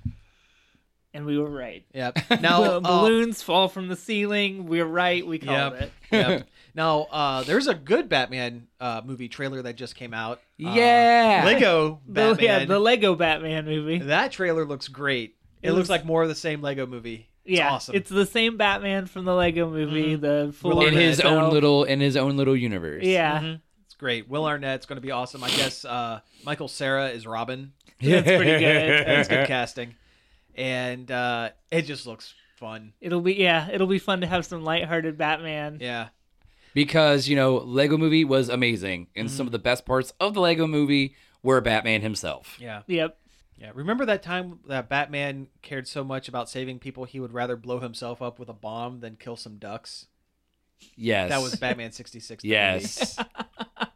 S3: And we were right.
S1: Yep. Now
S3: the
S1: uh,
S3: balloons fall from the ceiling. We're right. We called
S1: Yep.
S3: it.
S1: yep. Now uh, there's a good Batman uh, movie trailer that just came out. Uh,
S2: yeah.
S1: Lego
S3: The,
S1: Batman.
S3: yeah, the Lego Batman movie.
S1: That trailer looks great. It,
S3: It
S1: looks
S3: looks-
S1: like more of the same Lego movie. It's
S3: yeah,
S1: awesome. Mm-hmm.
S3: the same Batman from the Lego movie. The full
S2: in
S1: Will
S2: his
S3: Arnett
S2: own
S3: cell.
S2: little in his own little universe.
S3: Yeah,
S1: Mhm. It's great. Will Arnett's going to be awesome. I guess uh, Michael Sarah is Robin.
S3: that's pretty
S1: That's
S3: good.
S1: good casting. And uh, it just looks fun.
S3: it'll be yeah, it'll be fun to have some lighthearted Batman.
S1: Yeah.
S2: Because, you know, Lego movie was amazing.
S1: Mm-hmm.
S2: And some of the best parts of the Lego movie were Batman himself.
S1: Yeah.
S3: Yep.
S1: Yeah. Remember that time that Batman cared so much about saving people, he would rather blow himself up with a bomb than kill some ducks?
S2: Yes.
S1: That was Batman 66. the
S2: Yes.
S1: movie.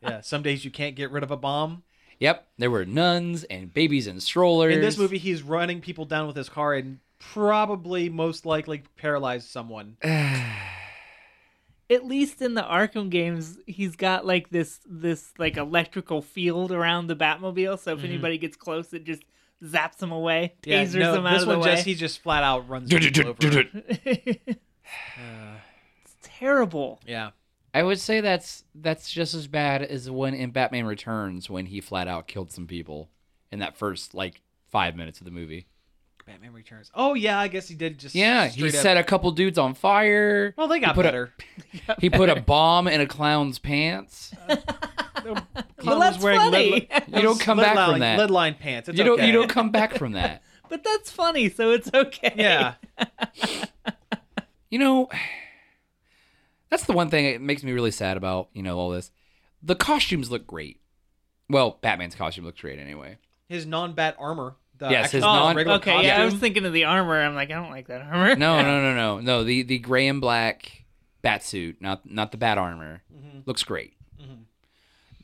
S1: Yeah. Some days you can't get rid of a bomb.
S2: yep. There were nuns and babies and strollers.
S1: In this movie, he's running people down with his car and probably most likely paralyzed someone.
S3: At least in the Arkham games, he's got like this this like electrical field around the Batmobile. So if anybody gets close, it just zaps them away,
S1: Mm-hmm. Yeah,
S3: tasers
S1: no,
S3: them out
S1: this
S3: of the
S1: one
S3: way.
S1: just he just flat out runs people over.
S3: it's terrible.
S1: Yeah.
S2: I would say that's that's just as bad as when in Batman Returns when he flat out killed some people in that first like five minutes of the movie.
S1: Batman Returns. Oh yeah, I guess he did just
S2: Yeah, he
S1: straight up-
S2: set a couple dudes on fire.
S1: Well, they got
S2: put a-
S1: better.
S2: He put a bomb in a clown's pants.
S1: Clown was
S3: that's
S1: wearing
S3: funny.
S1: lead-
S2: You don't come back from
S1: line-
S2: that.
S1: Lead line pants. It's
S2: you don't
S1: okay.
S2: you don't come back from that.
S3: But that's funny, so it's okay.
S1: Yeah.
S2: You know, that's the one thing it makes me really sad about, you know, all this. The costumes look great. Well, Batman's costume looks great anyway.
S1: His non-bat armor. The
S2: Yes, his
S1: actual
S2: non-
S1: regular
S3: Okay,
S1: costume.
S3: yeah, I was thinking of the armor. I'm like, I don't like that armor.
S2: No, no, no, no. No, the the gray and black bat suit, not not the bat armor.
S1: Mm-hmm.
S2: Looks great.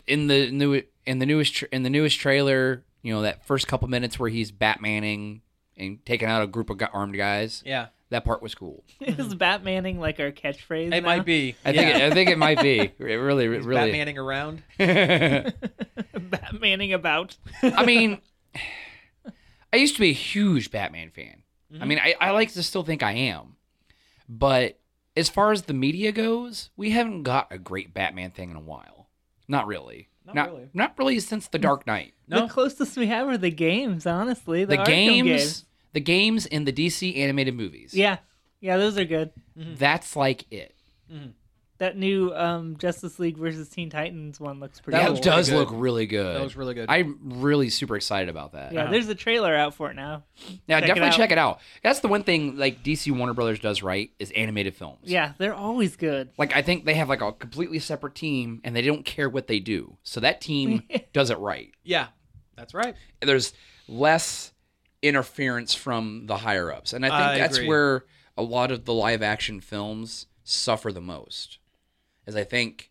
S2: In the new in the newest tr in the newest trailer, you know, that first couple minutes where he's Batmaning and taking out a group of gu- armed guys,
S1: Yeah.
S2: that part was cool.
S3: Is Batmaning like our catchphrase?
S1: Mm-hmm. It might be.
S2: I
S1: yeah.
S2: think it, I think it might be. It really it
S1: He's
S2: really
S1: Batmaning around.
S3: Batmaning about.
S2: I mean, I used to be a huge Batman fan. I mean, I, I like to still think I am. But as far as the media goes, we haven't got a great Batman thing in a while. Not really.
S1: Not really.
S2: Not really since The Dark Knight.
S1: No.
S3: The closest we have are the games, honestly. The,
S2: The,
S3: Arkham
S2: games, the games in the DC animated movies.
S3: Yeah. Yeah, those are good.
S1: Mm-hmm.
S2: That's like it.
S3: That new um, Justice League versus Teen Titans one looks pretty
S1: That
S2: That
S3: cool.
S1: was really
S2: does
S1: good.
S2: look really good.
S1: That was really good.
S2: I'm really super excited about that.
S1: Uh-huh.
S3: yeah, there's a trailer out for it now.
S2: Yeah,
S3: Check it
S2: definitely
S3: out.
S2: check it out. That's the one thing like DC Warner Brothers does right is animated films.
S3: Yeah, they're always good.
S2: Like I think they have like a completely separate team and they don't care what they do. So that team does it right.
S1: Yeah. That's right.
S2: There's less interference from the higher ups. And I think
S1: I
S2: that's
S1: agree.
S2: where a lot of the live action films suffer the most. Is I think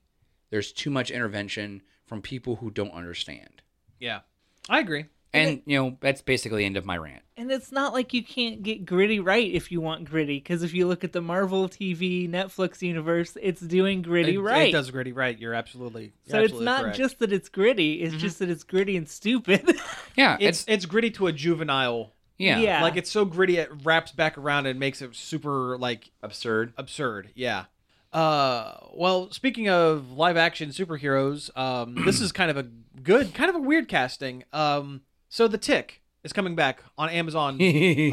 S2: there's too much intervention from people who don't understand.
S1: Yeah. I agree.
S2: And you know, that's basically the end of my rant.
S3: And it's not like you can't get gritty right if you want gritty, because if you look at the Marvel TV Netflix universe, it's doing gritty
S1: It,
S3: right.
S1: it does gritty right. You're absolutely. you're
S3: so it's
S1: absolutely
S3: not
S1: correct.
S3: just that it's gritty; it's just that it's gritty and stupid.
S2: Yeah,
S1: It's
S2: it's,
S1: it's gritty to a juvenile.
S2: yeah.
S3: yeah.
S1: Like it's so gritty it wraps back around and makes it super like
S2: absurd.
S1: absurd. Yeah. Uh, well, speaking of live action superheroes, um, this is kind of a good, kind of a weird casting. Um, so the Tick is coming back on Amazon,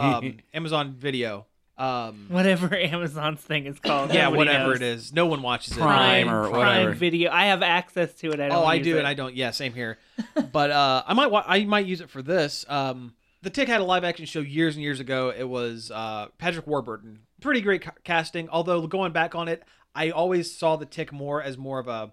S1: um, Amazon Video. Um,
S3: whatever Amazon's thing is called.
S1: yeah,
S3: Nobody
S1: whatever
S3: knows.
S1: it is, no one watches
S2: Prime
S1: it.
S2: or
S3: Prime
S2: whatever.
S3: Video. I have access to it. I don't
S1: oh, I
S3: use
S1: do,
S3: it.
S1: and I don't. Yeah, same here. but uh, I might, wa- I might use it for this. Um, the Tick had a live action show years and years ago. It was uh, Patrick Warburton. Pretty great ca- casting. Although going back on it, I always saw the Tick more as more of a,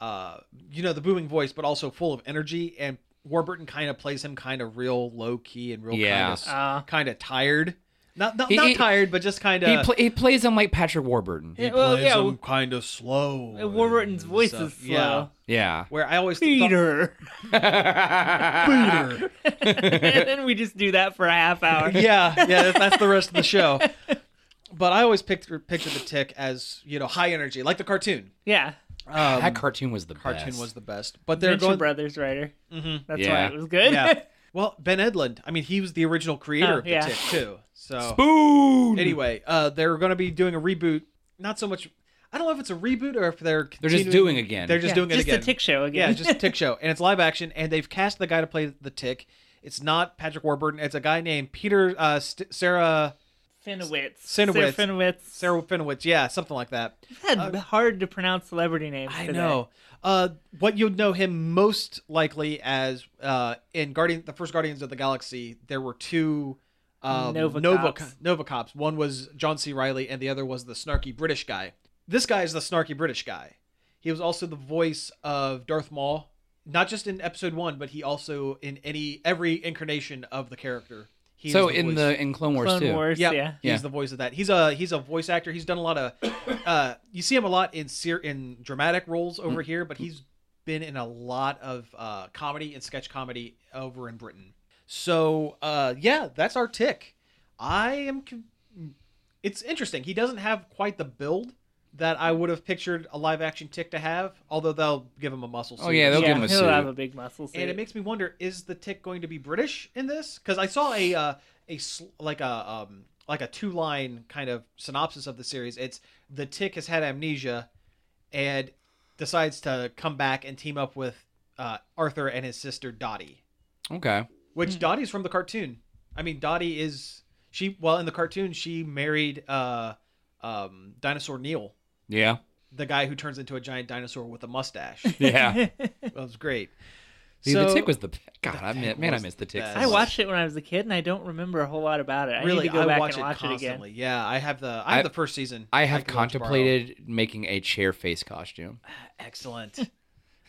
S1: uh, you know, the booming voice, but also full of energy. And Warburton kind of plays him kind of real low key and real
S2: Yeah.
S1: kind,
S3: Ah.
S1: of, kind of tired. Not not,
S2: He-
S1: not
S2: he-
S1: tired, but just kind
S2: He,
S1: of.
S2: pla he plays him like Patrick Warburton.
S3: Yeah, well, yeah,
S1: kind of slow.
S3: w- Warburton's
S1: and
S3: voice
S1: stuff.
S3: is slow.
S1: Yeah.
S2: Yeah.
S1: Where I always thought-
S3: Peter.
S1: Peter.
S3: and then we just do that for a half hour.
S1: yeah, yeah, that's, that's the rest of the show. But I always picture picture the tick as you know high energy, like the cartoon.
S3: Yeah.
S1: Um,
S2: that cartoon was the
S1: cartoon
S2: best.
S1: was the best, but they're
S3: Venture
S1: going.
S3: Brothers writer.
S1: Mhm.
S3: That's
S2: Yeah.
S3: why it was good.
S1: Yeah. Well, Ben Edlund. I mean, he was the original creator
S3: Oh,
S1: of the
S3: yeah.
S1: Tick too. So
S2: spoon.
S1: anyway, uh, they're going to be doing a reboot. Not so much. I don't know if it's a reboot or if they're.
S2: They're just
S1: continuing-
S2: doing again.
S1: They're just
S3: Yeah,
S1: doing it
S3: just
S1: again.
S3: a tick show again.
S1: Yeah, just a tick show, and it's live action, and they've cast the guy to play the tick. It's not Patrick Warburton. It's a guy named Peter uh, St- Sarah
S3: Finowitz.
S1: Sinowitz.
S3: Sarah Finowitz.
S1: Sarah Finowitz. Yeah, something like that.
S3: We've had hard to pronounce celebrity names.
S1: I
S3: today.
S1: know. Uh, what you'll know him most likely as uh, in Guardian, the first Guardians of the Galaxy, there were two um,
S3: Nova
S1: Nova
S3: Cops.
S1: Nova cops. One was John C. Riley, and the other was the snarky British guy. This guy is the snarky British guy. He was also the voice of Darth Maul, not just in Episode One, but he also in any every incarnation of the character. He
S2: so
S1: is
S2: in
S1: voice.
S2: the in Clone Wars
S3: Clone
S2: too.
S3: Wars.
S1: Yeah,
S3: Yeah.
S1: he's
S2: Yeah.
S1: the voice of that. He's a he's a voice actor. He's done a lot of. Uh, you see him a lot in ser- in dramatic roles over
S2: Mm.
S1: here, but he's been in a lot of uh, comedy and sketch comedy over in Britain. So uh, yeah, that's our tick. I am. Con- it's interesting. He doesn't have quite the build that I would have pictured a live action tick to have. Although they'll give him a muscle.
S2: Oh,
S1: suit.
S2: yeah, they'll
S3: yeah,
S2: give him a
S3: he'll
S2: suit.
S3: have a big muscle suit.
S1: And it makes me wonder: Is the tick going to be British in this? Because I saw a uh, a sl- like a um, like a two line kind of synopsis of the series. It's the tick has had amnesia, and decides to come back and team up with uh, Arthur and his sister Dottie,
S2: Okay.
S1: which Dottie's from the cartoon. I mean, Dottie is she? Well, in the cartoon, she married uh, um, dinosaur Neil,
S2: Yeah.
S1: the guy who turns into a giant dinosaur with a mustache.
S2: Yeah.
S1: that was great.
S2: See, the
S1: So-
S2: tick was the be- God. I
S1: Tick
S2: mi- man, I
S1: was
S2: missed
S1: the
S2: the tick.
S1: best.
S2: so
S3: I
S2: much.
S3: watched it when I was a kid, and I don't remember a whole lot about it. I
S1: really,
S3: need to go
S1: I
S3: back
S1: watch
S3: and
S1: it
S3: watch
S1: constantly. Yeah, I have the I
S2: I-
S1: have the first season.
S2: I have
S1: can go
S2: contemplated making a chair face costume.
S1: tomorrow. Excellent.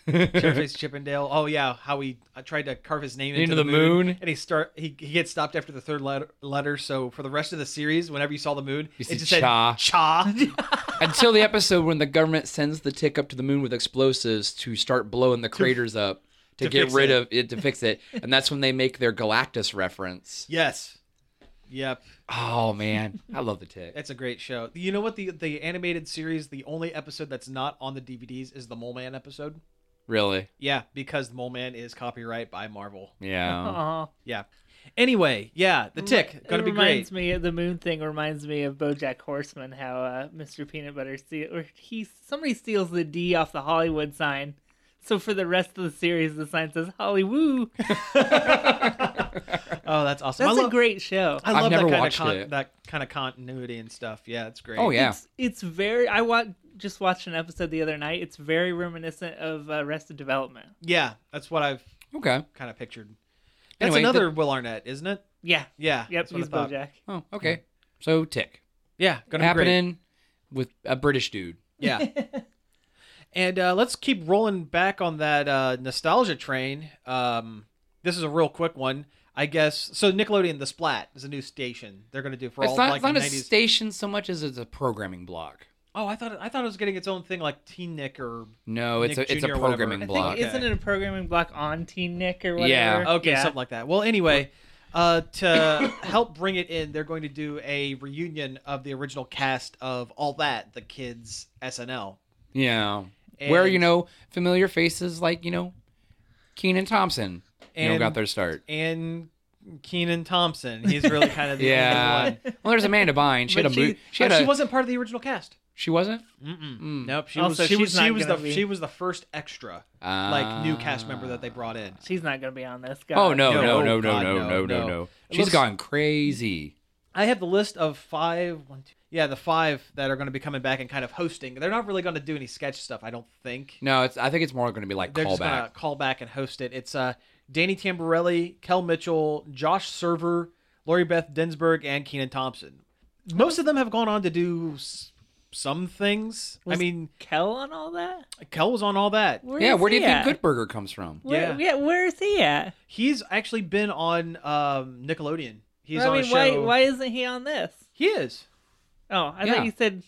S1: Chairface Chippendale. Oh yeah, how he uh, tried to carve his name into, the, moon, and he start he, he gets stopped after the third letter, letter. So for the rest of the series, whenever you saw the moon,
S2: You
S1: it
S2: see
S1: just
S2: Cha.
S1: said Cha.
S2: Until the episode when the government sends the tick up to the moon with explosives to start blowing the craters up to,
S1: to
S2: get
S1: fix
S2: rid
S1: it.
S2: of it to fix it, and that's when they make their Galactus reference.
S1: yes. Yep,
S2: Oh man, I love the tick.
S1: that's a great show. You know what the the animated series, the only episode that's not on the DVDs is the Mole Man episode.
S2: Really?
S1: Yeah, because the Mole Man is copyright by Marvel.
S3: it again.
S2: Yeah.
S3: Aw.
S1: Yeah. Anyway, yeah, the tick
S3: It
S1: gonna be great.
S3: reminds me the moon thing reminds me of BoJack Horseman how uh, Mr. Peanut Butter steal or he somebody steals the D off the Hollywood sign. So for the rest of the series, the sign says Hollywood.
S1: Oh, that's awesome.
S3: That's
S1: I love,
S3: a great show.
S1: I
S2: I've
S1: love
S2: never
S1: that kind
S2: watched
S1: of con-
S2: it.
S1: that kind of continuity and stuff. Yeah, it's great.
S2: Oh yeah.
S3: It's, it's very. I wa- just watched an episode the other night. It's very reminiscent of uh, Arrested Development.
S1: Yeah, that's what I've
S2: Okay.
S1: kind of pictured. That's
S2: Anyway,
S1: another Will Arnett, isn't it?
S3: Yeah.
S1: Yeah.
S3: Yep.
S1: that's what I
S3: He's
S1: thought.
S3: BoJack.
S2: Oh, okay. So tick
S1: Yeah, gonna be great.
S2: happening with a British dude.
S1: Yeah. and uh, let's keep rolling back on that uh, nostalgia train. Um, this is a real quick one, I guess. So Nickelodeon, the Splat is a new station they're gonna do for all
S2: it's not,
S1: like
S2: it's not a
S1: 90s.
S2: station so much as it's a programming block.
S1: oh, I thought it, I thought it was getting its own thing like Teen Nick or
S2: No, it's
S1: Nick
S2: a it's a
S1: Jr. or whatever.
S2: programming
S1: I think
S2: block.
S1: Okay.
S3: Isn't it a programming block on Teen Nick or whatever?
S2: Yeah.
S1: Okay, something like that. Well, anyway, uh, to help bring it in, they're going to do a reunion of the original cast of All That, the kids SNL.
S2: Yeah. Where, you
S1: And-
S2: know, familiar faces like, you know, Keenan Thompson, you know,
S1: And-
S2: got their start.
S1: And Keenan Thompson, he's really kind of the
S2: Yeah.
S1: only one.
S2: well, there's Amanda Bynes. She had a
S3: But she-
S2: mo- she had
S1: But
S2: a,
S1: she wasn't part of the original cast.
S2: she wasn't?
S1: Mm-mm.
S2: Mm.
S1: Nope, she
S3: Also,
S1: was. She was.
S3: she's
S1: She
S3: not
S1: was the.
S3: gonna be-
S1: She was the first extra, like new cast member that they brought in.
S3: She's not gonna be on this guy.
S2: Oh no,
S1: No,
S2: no,
S1: oh,
S2: no, no,
S1: God,
S2: no,
S1: no, no.
S2: no, no, no.
S1: It
S2: She's
S1: looks-
S2: gone crazy.
S1: I have the list of five. One, two, yeah, the five that are going to be coming back and kind of hosting. They're not really going to do any sketch stuff, I don't think.
S2: No, it's I think it's more gonna be like
S1: they're just gonna
S2: callback.
S1: call back and host it. It's uh, Danny Tamborelli, Kel Mitchell, Josh Server, Lori Beth Densberg, and Keenan Thompson. Most of them have gone on to do s- some things. I
S3: Was-
S1: mean,
S3: Kel on all that?
S1: Kel was on all that.
S3: Where
S2: Yeah,
S3: is
S2: where do you
S3: he
S2: think
S3: at?
S2: Good Burger comes from?
S1: Yeah.
S3: Where, yeah. where is he at?
S1: He's actually been on um, Nickelodeon. He's
S3: I
S1: on
S3: mean,
S1: a show.
S3: why why isn't he on this?
S1: He is.
S3: Oh, I
S2: Yeah.
S3: thought you said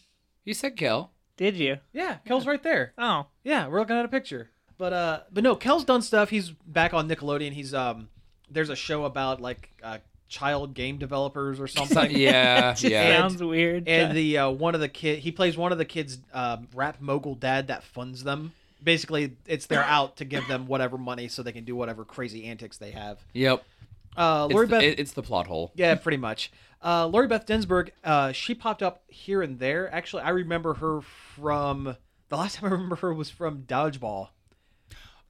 S2: You said Kel.
S3: did you?
S1: Yeah, Kel's right there.
S3: Oh,
S1: Yeah, we're looking at a picture. But uh, but no, Kel's done stuff. He's back on Nickelodeon. He's um, there's a show about like uh, child game developers or
S2: Some-
S1: something.
S2: yeah,
S3: Just
S2: yeah.
S3: sounds weird.
S1: And the uh, one of the kid, he plays one of the kids' uh, rap mogul dad that funds them. Basically, it's they're out to give them whatever money so they can do whatever crazy antics they have.
S2: Yep.
S1: Uh, Lori
S2: It's the,
S1: Beth,
S2: it- it's the plot hole.
S1: yeah, pretty much. Uh, Lori Beth Densberg, uh, she popped up here and there. Actually, I remember her from the last time I remember her was from Dodgeball.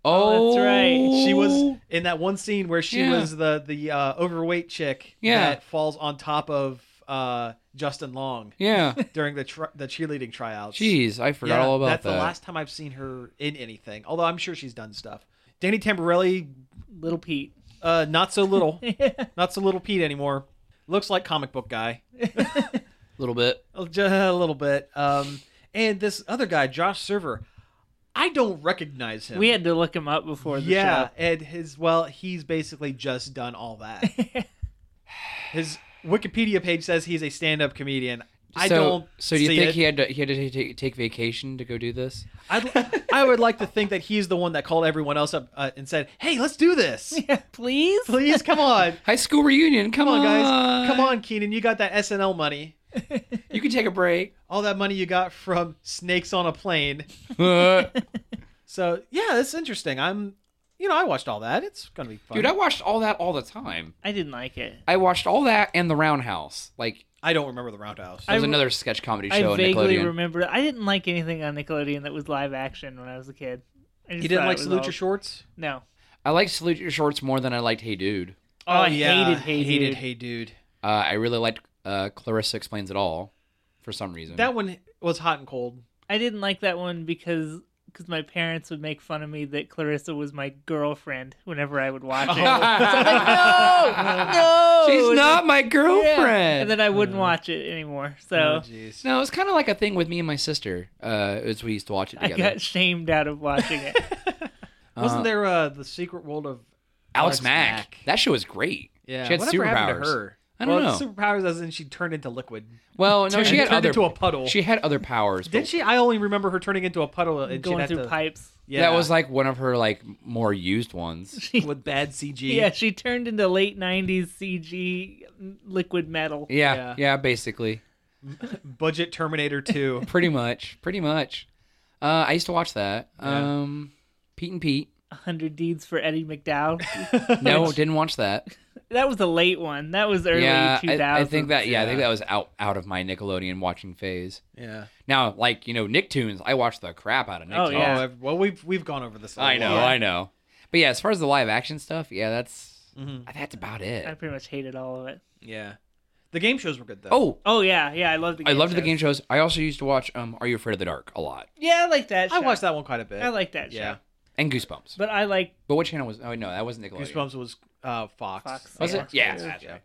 S2: Oh,
S3: that's right.
S1: She was in that one scene where she
S2: Yeah.
S1: was the the uh, overweight chick
S2: Yeah.
S1: that falls on top of uh, Justin Long
S2: Yeah.
S1: during the tr- the cheerleading tryouts.
S2: Jeez, I forgot
S1: Yeah,
S2: all about
S1: that's
S2: that.
S1: the last time I've seen her in anything. Although I'm sure she's done stuff. Danny Tamborelli,
S3: little Pete.
S1: uh, not so little, not so little Pete anymore. Looks like comic book guy,
S2: little bit.
S1: Uh, ju- a little bit. Um, and this other guy, Josh Server, I don't recognize him.
S3: We had to look him up before the
S1: yeah,
S3: show.
S1: and his well, he's basically just done all that. his Wikipedia page says he's a stand-up comedian. I
S2: so,
S1: don't.
S2: So do you
S1: see
S2: think
S1: it.
S2: he had to he had to take, take vacation to go do this?
S1: I'd, I would like to think that he's the one that called everyone else up uh, and said, "Hey, let's do this."
S3: Please?
S1: Please, come on.
S2: High school reunion. Come,
S1: Come on, guys. Come on, Keenan. You got that SNL money.
S2: You can take a break.
S1: All that money you got from Snakes on a Plane.
S2: Dude,
S1: So, yeah, that's interesting. I'm, you know, I watched all that. It's going to be fun.
S2: I watched all that all the time.
S3: I didn't like it.
S2: I watched all that and The Roundhouse. Like
S1: I don't remember the Roundhouse.
S2: there was
S3: I-
S2: another sketch comedy
S3: I
S2: show on
S3: vaguely
S2: Nickelodeon.
S3: remember. I didn't like anything on Nickelodeon that was live action when I was a kid. I just
S1: you didn't
S3: thought
S1: like
S3: it was
S1: Salute
S3: all-
S1: Your Shorts?
S3: No.
S2: I liked Salute Your Shorts more than I liked Hey Dude.
S3: Oh, I hated Hey
S1: Hated
S3: Dude.
S1: Hey Dude.
S2: Uh, I really liked uh, Clarissa Explains It All for some reason.
S1: That one was hot and cold.
S3: I didn't like that one because because my parents would make fun of me that Clarissa was my girlfriend whenever I would watch it. So I was like, no, no,
S2: She's
S3: And
S2: not my
S3: then- yeah.
S2: girlfriend.
S3: And then I wouldn't watch it anymore.
S1: Oh,
S3: So
S1: jeez.
S2: No, it's kind of like a thing with me and my sister. Uh, as we used to watch it
S3: I
S2: together.
S3: got shamed out of watching it.
S1: Wasn't there uh, The Secret World of.
S2: Alex
S1: Alex
S2: Mack.
S1: Mack.
S2: That show was great.
S1: Yeah,
S2: she had
S1: whatever happened
S2: superpowers.
S1: to her?
S2: I don't
S1: well,
S2: know.
S1: Superpowers as in she turned into liquid.
S2: Well, no,
S1: Turned-
S2: she had
S1: turned
S2: other.
S1: into a puddle.
S2: She had other powers.
S1: Did
S2: but
S1: she? I only remember her turning into a puddle and she'd
S3: Going
S1: have
S3: through
S1: to-
S3: pipes.
S1: Yeah,
S2: That was like one of her like more used ones.
S1: with bad CG.
S3: Yeah, she turned into late '90s CG liquid metal.
S2: Yeah,
S1: Yeah.
S2: yeah, basically,
S1: budget Terminator 2.
S2: pretty much, pretty much. Uh, I used to watch that. Um, Pete and Pete.
S3: Hundred deeds for Eddie McDowell.
S2: No, didn't watch that.
S3: that was a late one. That was early
S2: yeah,
S3: 2000s.
S2: I, I think that. Yeah, I think
S1: Yeah.
S2: that was out out of my Nickelodeon watching phase.
S1: yeah.
S2: Now, like you know, Nicktoons. I watched the crap out of Nicktoons.
S3: Oh, yeah.
S1: Oh, I've- well, we've we've gone over this. a
S2: I know,
S1: lot.
S2: I know. But yeah, as far as the live action stuff, yeah, that's that's about it.
S3: I pretty much hated all of it.
S1: Mm-hmm. Yeah. The game shows were good though.
S2: oh,
S3: Oh yeah, yeah, I loved the.
S2: I
S3: Game
S2: loved the
S3: shows.
S2: game shows. I also used to watch um Are You Afraid of the Dark a lot
S3: Yeah, I like that. Show.
S1: I watched that one quite a bit.
S3: I like that.
S1: Yeah.
S3: Show.
S2: and Goosebumps. But,
S3: But I like
S2: what channel was? Oh no, that wasn't Nickelodeon.
S1: Goosebumps was uh, Fox.
S3: Fox.
S2: Was
S3: yeah.
S2: it? Yeah. that's
S1: Yeah.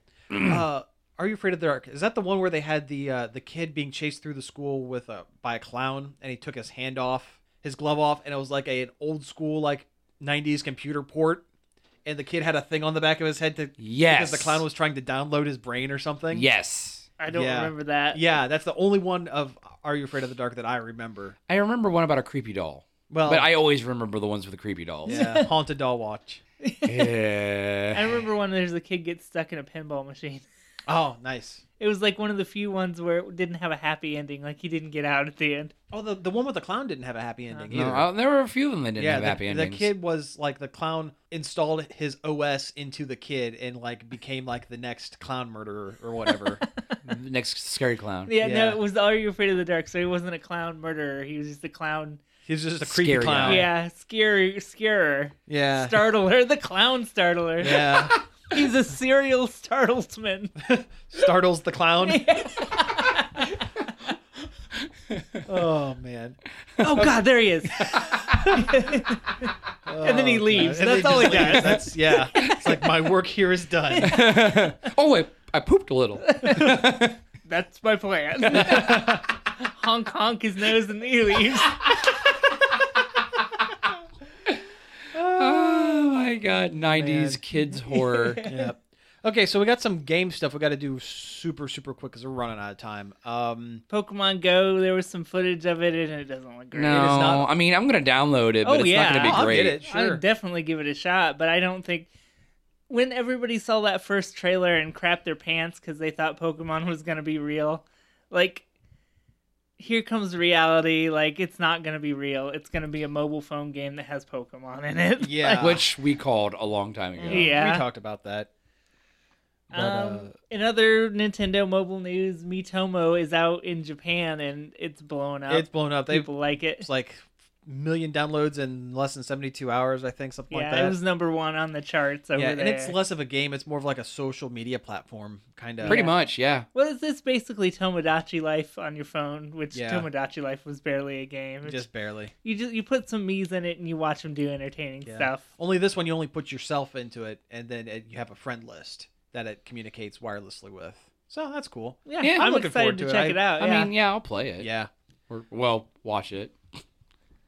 S2: right.
S1: uh, Are you afraid of the dark? Is that the one where they had the uh, the kid being chased through the school with a by a clown and he took his hand off, his glove off, and it was like a, an old school like '90s computer port, and the kid had a thing on the back of his head to because
S2: Yes.
S1: the clown was trying to download his brain or something.
S2: Yes.
S3: I don't
S1: Yeah.
S3: remember that.
S1: Yeah, that's the only one of Are You Afraid of the Dark that I remember.
S2: I remember one about a creepy doll.
S1: Well,
S2: But I always remember the ones with the creepy dolls.
S1: Oh. yeah, Haunted Doll Watch.
S3: I
S2: Yeah.
S3: remember when there's a kid gets stuck in a pinball machine.
S1: Oh, nice.
S3: It was like one of the few ones where it didn't have a happy ending. Like he didn't get out at the end.
S1: Oh, the, the one with the clown didn't have a happy ending
S2: No,
S1: either.
S2: I- there were a few of them that didn't
S1: yeah,
S2: have
S1: the,
S2: happy
S1: the
S2: endings.
S1: kid was like the clown installed his OS into the kid and like became like the next clown murderer or whatever.
S2: Next scary clown.
S3: Yeah,
S1: Yeah.
S3: no, it was Are You Afraid of the Dark? So he wasn't a clown murderer. He was just a clown.
S1: He's just a creepy
S2: Scary
S1: clown.
S2: guy.
S3: Yeah, scary, scarer,
S1: yeah,
S3: startler, the clown startler.
S1: yeah.
S3: He's a serial startlesman.
S1: Startles the clown. oh man.
S3: Oh God, there he is. and then he
S1: Oh,
S3: leaves.
S1: God. And
S3: That's all he
S1: just
S3: does.
S1: leaves. That's yeah. It's like my work here is done.
S2: Oh, I, I pooped a little.
S3: That's my plan. honk honk his nose and he leaves.
S2: oh my god, 90s kids horror.
S1: Yep. Okay, so we got some game stuff we got to do super super quick because we're running out of time. Um,
S3: Pokemon Go, there was some footage of it and it doesn't look great.
S2: No,
S1: not-
S2: I mean I'm gonna download it, but
S3: Oh,
S2: it's
S3: yeah.
S2: not gonna be
S1: I'll
S2: great.
S1: get it.
S3: I
S1: Sure.
S3: would definitely give it a shot, but I don't think when everybody saw that first trailer and crapped their pants because they thought Pokemon was gonna be real, like here comes reality. Like it's not gonna be real. It's gonna be a mobile phone game that has Pokemon in it.
S1: Yeah.
S2: which we called a long time ago.
S3: Yeah.
S1: We talked about that. But,
S3: um,
S1: uh,
S3: in other Nintendo mobile news, Mitomo is out in Japan and it's blown up.
S1: uh, it's blown up. They've
S3: People like it.
S1: it's like million downloads in less than 72 hours, I think, something
S3: yeah,
S1: like that.
S3: it was number one on the charts over
S1: yeah,
S3: there.
S1: and it's less of a game. It's more of like a social media platform kind of.
S2: Pretty
S3: Yeah.
S2: much, yeah.
S3: well, it's it's basically Tomodachi Life on your phone, which
S1: Yeah.
S3: Tomodachi Life was barely a game. It's-
S1: Just barely.
S3: you just you put some Mii's in it and you watch them do entertaining
S1: Yeah.
S3: stuff.
S1: Only this one, you only put yourself into it, and then it, you have a friend list that it communicates wirelessly with. So that's cool.
S3: Yeah,
S2: Yeah,
S3: I'm,
S2: I'm
S1: looking forward
S3: excited to
S1: to it.
S3: check
S1: I-
S3: it out.
S2: I
S3: Oh, yeah.
S2: mean, yeah, I'll play it.
S1: Yeah.
S2: Or, well, watch it.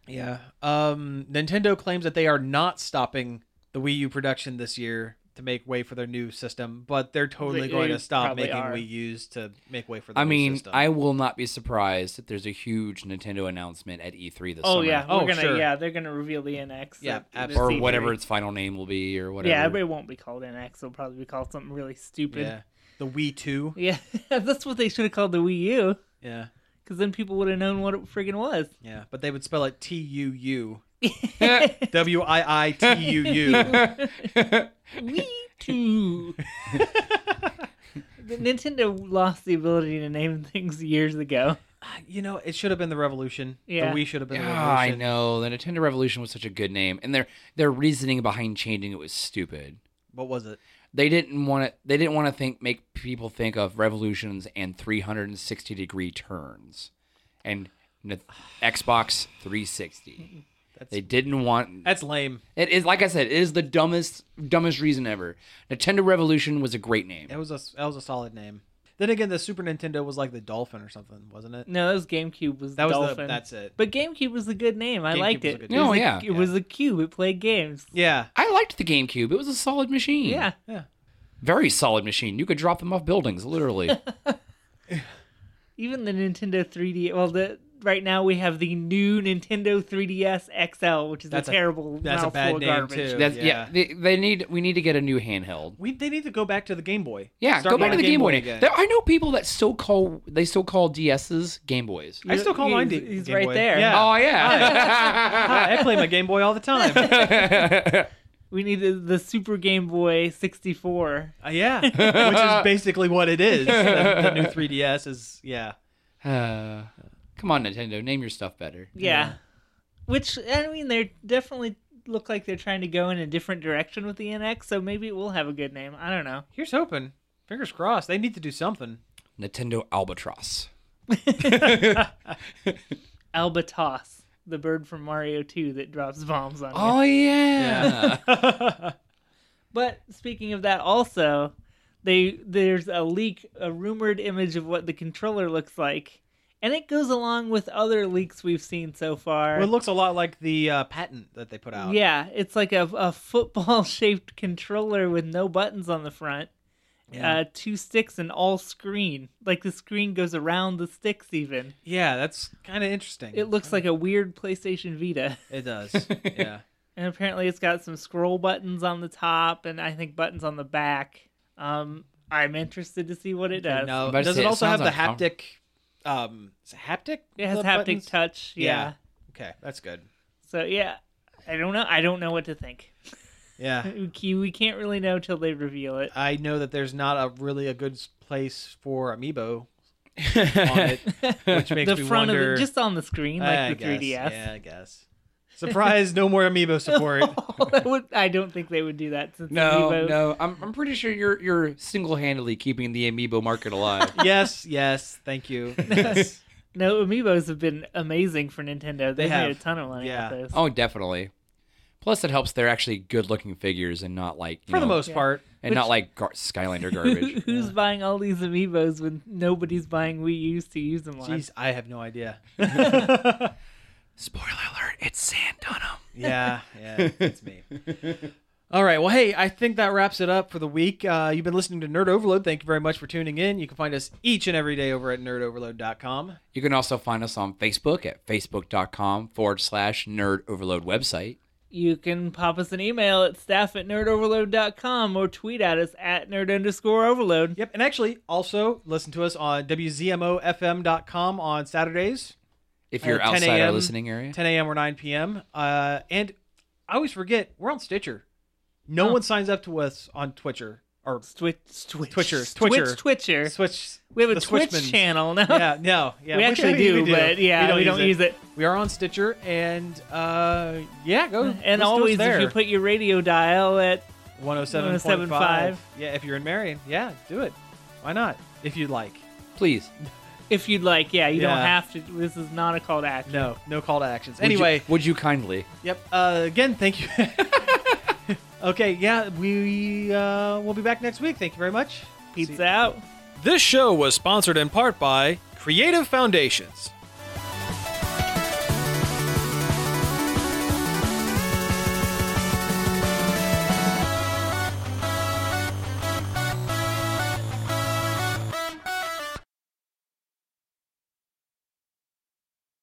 S1: Yeah. Um, Nintendo claims that they are not stopping the Wii U production this year to make way for their new system, but they're totally
S3: They-
S1: going
S3: they
S1: to stop
S3: probably
S1: making
S3: are.
S1: Wii U's to make way for the
S2: I
S1: new
S2: mean,
S1: system.
S2: I will not be surprised if there's a huge Nintendo announcement at E3 this
S3: oh
S2: summer.
S3: yeah, we're
S1: Oh,
S3: gonna
S1: sure.
S3: yeah they're gonna reveal the NX.
S1: Yeah,
S3: at the
S1: absolutely.
S2: Or
S3: C3.
S2: whatever its final name will be, or whatever.
S3: Yeah, it won't be called NX. It'll probably be called something really
S1: yeah.
S3: stupid.
S1: The Wii 2.
S3: Yeah, that's what they should have called the Wii U,
S1: Yeah.
S3: because then people would have known what it friggin' was.
S1: Yeah. But they would spell it T U U. W I I T U U.
S3: Wii Two. Nintendo lost the ability to name things years ago.
S1: You know, it should have been the Revolution.
S3: Yeah.
S1: The Wii should have been the
S2: Ah, I
S1: Revolution.
S2: know the Nintendo Revolution was such a good name, and their their reasoning behind changing it was stupid.
S1: What was it?
S2: They didn't want to. They didn't want to think make people think of revolutions and 360 degree turns, and n- Xbox 360.
S1: That's-
S2: they didn't want
S1: That's lame.
S2: It is like I said, it is the dumbest dumbest reason ever. Nintendo Revolution was a great name.
S1: That was a that was a solid name. Then again, the Super Nintendo was like the Dolphin or something, wasn't it?
S3: No, that was GameCube. Was
S1: That was
S3: Dolphin.
S1: the that's it.
S3: But GameCube was a good name. I
S1: GameCube
S3: liked
S1: was a
S3: it.
S1: good
S3: It was
S2: name.
S3: a-
S2: Oh, yeah.
S3: It was a cube. It played games.
S1: Yeah.
S2: I liked the GameCube. It was a solid machine.
S3: Yeah.
S1: Yeah.
S2: Very solid machine. You could drop them off buildings, literally.
S3: Even the Nintendo 3D. Well, the right now we have the new Nintendo 3DS XL, which is
S1: That's
S3: a
S1: a-
S3: terrible
S1: that's a
S3: mouthful
S1: bad
S3: of
S1: name,
S3: garbage.
S1: too.
S2: That's, yeah.
S1: Yeah.
S2: they, they need we need to get a new handheld.
S1: We they need to go back to the Game Boy.
S2: Yeah,
S1: Start
S2: go back
S1: with
S2: to the Game, Boy.
S1: again.
S2: There, I know people that still call they still call DSs Game Boys.
S1: I still call mine
S3: He's-
S1: D-
S3: he's
S1: Game
S3: right
S1: Boy.
S3: there.
S1: Yeah.
S2: Oh yeah.
S1: I play my Game Boy all the time. Uh,
S3: We need the, the Super Game Boy 64.
S1: Uh, yeah, which is basically what it is. The, the new 3DS is yeah.
S2: Uh, come on, Nintendo, name your stuff better.
S3: Yeah. Which I mean, they're definitely look like they're trying to go in a different direction with the NX, so maybe it will have a good name. I don't know.
S1: Here's hoping. Fingers crossed. They need to do something.
S2: Nintendo Albatross.
S3: Albatos, the bird from Mario 2 that drops bombs on you.
S2: Oh yeah.
S3: But speaking of that, also, they there's a leak, a rumored image of what the controller looks like, and it goes along with other leaks we've seen so far.
S1: Well, it looks a lot like the uh, patent that they put out.
S3: yeah, it's like a, a football shaped controller with no buttons on the front,
S1: yeah,
S3: uh, two sticks and all screen. Like the screen goes around the sticks. Even
S1: Yeah, that's kind of interesting.
S3: it looks like a weird PlayStation Vita.
S1: it does. yeah,
S3: And apparently, it's got some scroll buttons on the top, and I think buttons on the back. Um, I'm interested to see what it does.
S1: now,
S2: about to
S1: does
S2: say,
S1: it
S2: it
S1: also have
S2: sounds
S1: the
S2: uncomfortable.
S1: haptic? Um, is it haptic?
S3: It has
S1: the
S3: haptic
S1: buttons?
S3: touch. Yeah.
S1: Yeah. Okay, that's good.
S3: So yeah, I don't know. I don't know what to think.
S1: Yeah,
S3: We we can't really know till they reveal it.
S1: I know that there's not a really a good s- place for Amiibo on
S2: yeah.
S1: it, which makes
S3: The
S1: me
S3: front
S1: wonder.
S3: of it, just on the screen, like
S1: I
S3: the
S1: guess,
S3: 3DS.
S1: Yeah, I guess. Surprise! no more Amiibo support.
S3: That would- I don't think they would do that since
S2: No,
S3: Amiibo-
S2: no. I'm, I'm pretty sure you're you're single-handedly keeping the amiibo market alive.
S1: yes, yes. Thank you. Yes.
S3: no amiibos have been amazing for Nintendo. They, made
S1: have.
S3: a ton of money
S1: Yeah.
S3: out of those.
S2: oh, definitely. Plus, it helps they're actually good-looking figures and not like you
S1: For the
S2: know,
S1: most part,
S2: and not like gar- Skylander garbage.
S3: Who's buying all these amiibos when nobody's buying Wii U's to use them on?
S1: jeez, I have no idea.
S2: Spoiler alert! It's Sam Dunham.
S1: Yeah, yeah, it's me. All right. Well, hey, I think that wraps it up for the week. Uh, you've been listening to Nerd Overload. Thank you very much for tuning in. You can find us each and every day over at nerdoverload.com.
S2: You can also find us on Facebook at facebook.com forward slash Nerd Overload website.
S3: You can pop us an email at staff at nerdoverload.com or tweet at us at nerd underscore overload.
S1: Yep. And actually, also listen to us on WZMOFM.com on Saturdays,
S2: If
S1: Uh,
S2: you're
S1: 10
S2: outside our
S1: a.m.
S2: listening area,
S1: 10 a.m. or 9 p.m. Uh, and I always forget, we're on Stitcher. No
S3: Huh.
S1: one signs up to us on Twitcher or
S3: Twitch, Twitch,
S1: Twitcher, Twitcher.
S3: Twitch, Twitcher.
S1: Switch.
S3: We have a
S1: the
S3: Twitch
S1: Switchmans.
S3: channel now.
S1: Yeah, no, yeah.
S3: we actually do, but yeah, we don't, use, it.
S1: We are on Stitcher, and uh, yeah, go listen
S3: And
S1: to us
S3: always,
S1: there.
S3: if you oh put your radio dial at
S1: 107.5.
S3: 107.5.
S1: Yeah, if you're in Marion, yeah, do it. Why not? If you'd like.
S2: please.
S3: If you'd like, yeah, you don't
S1: Yeah.
S3: have to. This is not a call to action.
S1: No, no call to actions.
S2: Would you-
S1: Anyway,
S2: would you, kindly?
S1: yep. Uh, again, thank you. okay, yeah, we uh, we'll be back next week. Thank you very much.
S3: Pizza out.
S1: This show was sponsored in part by Creative Foundations.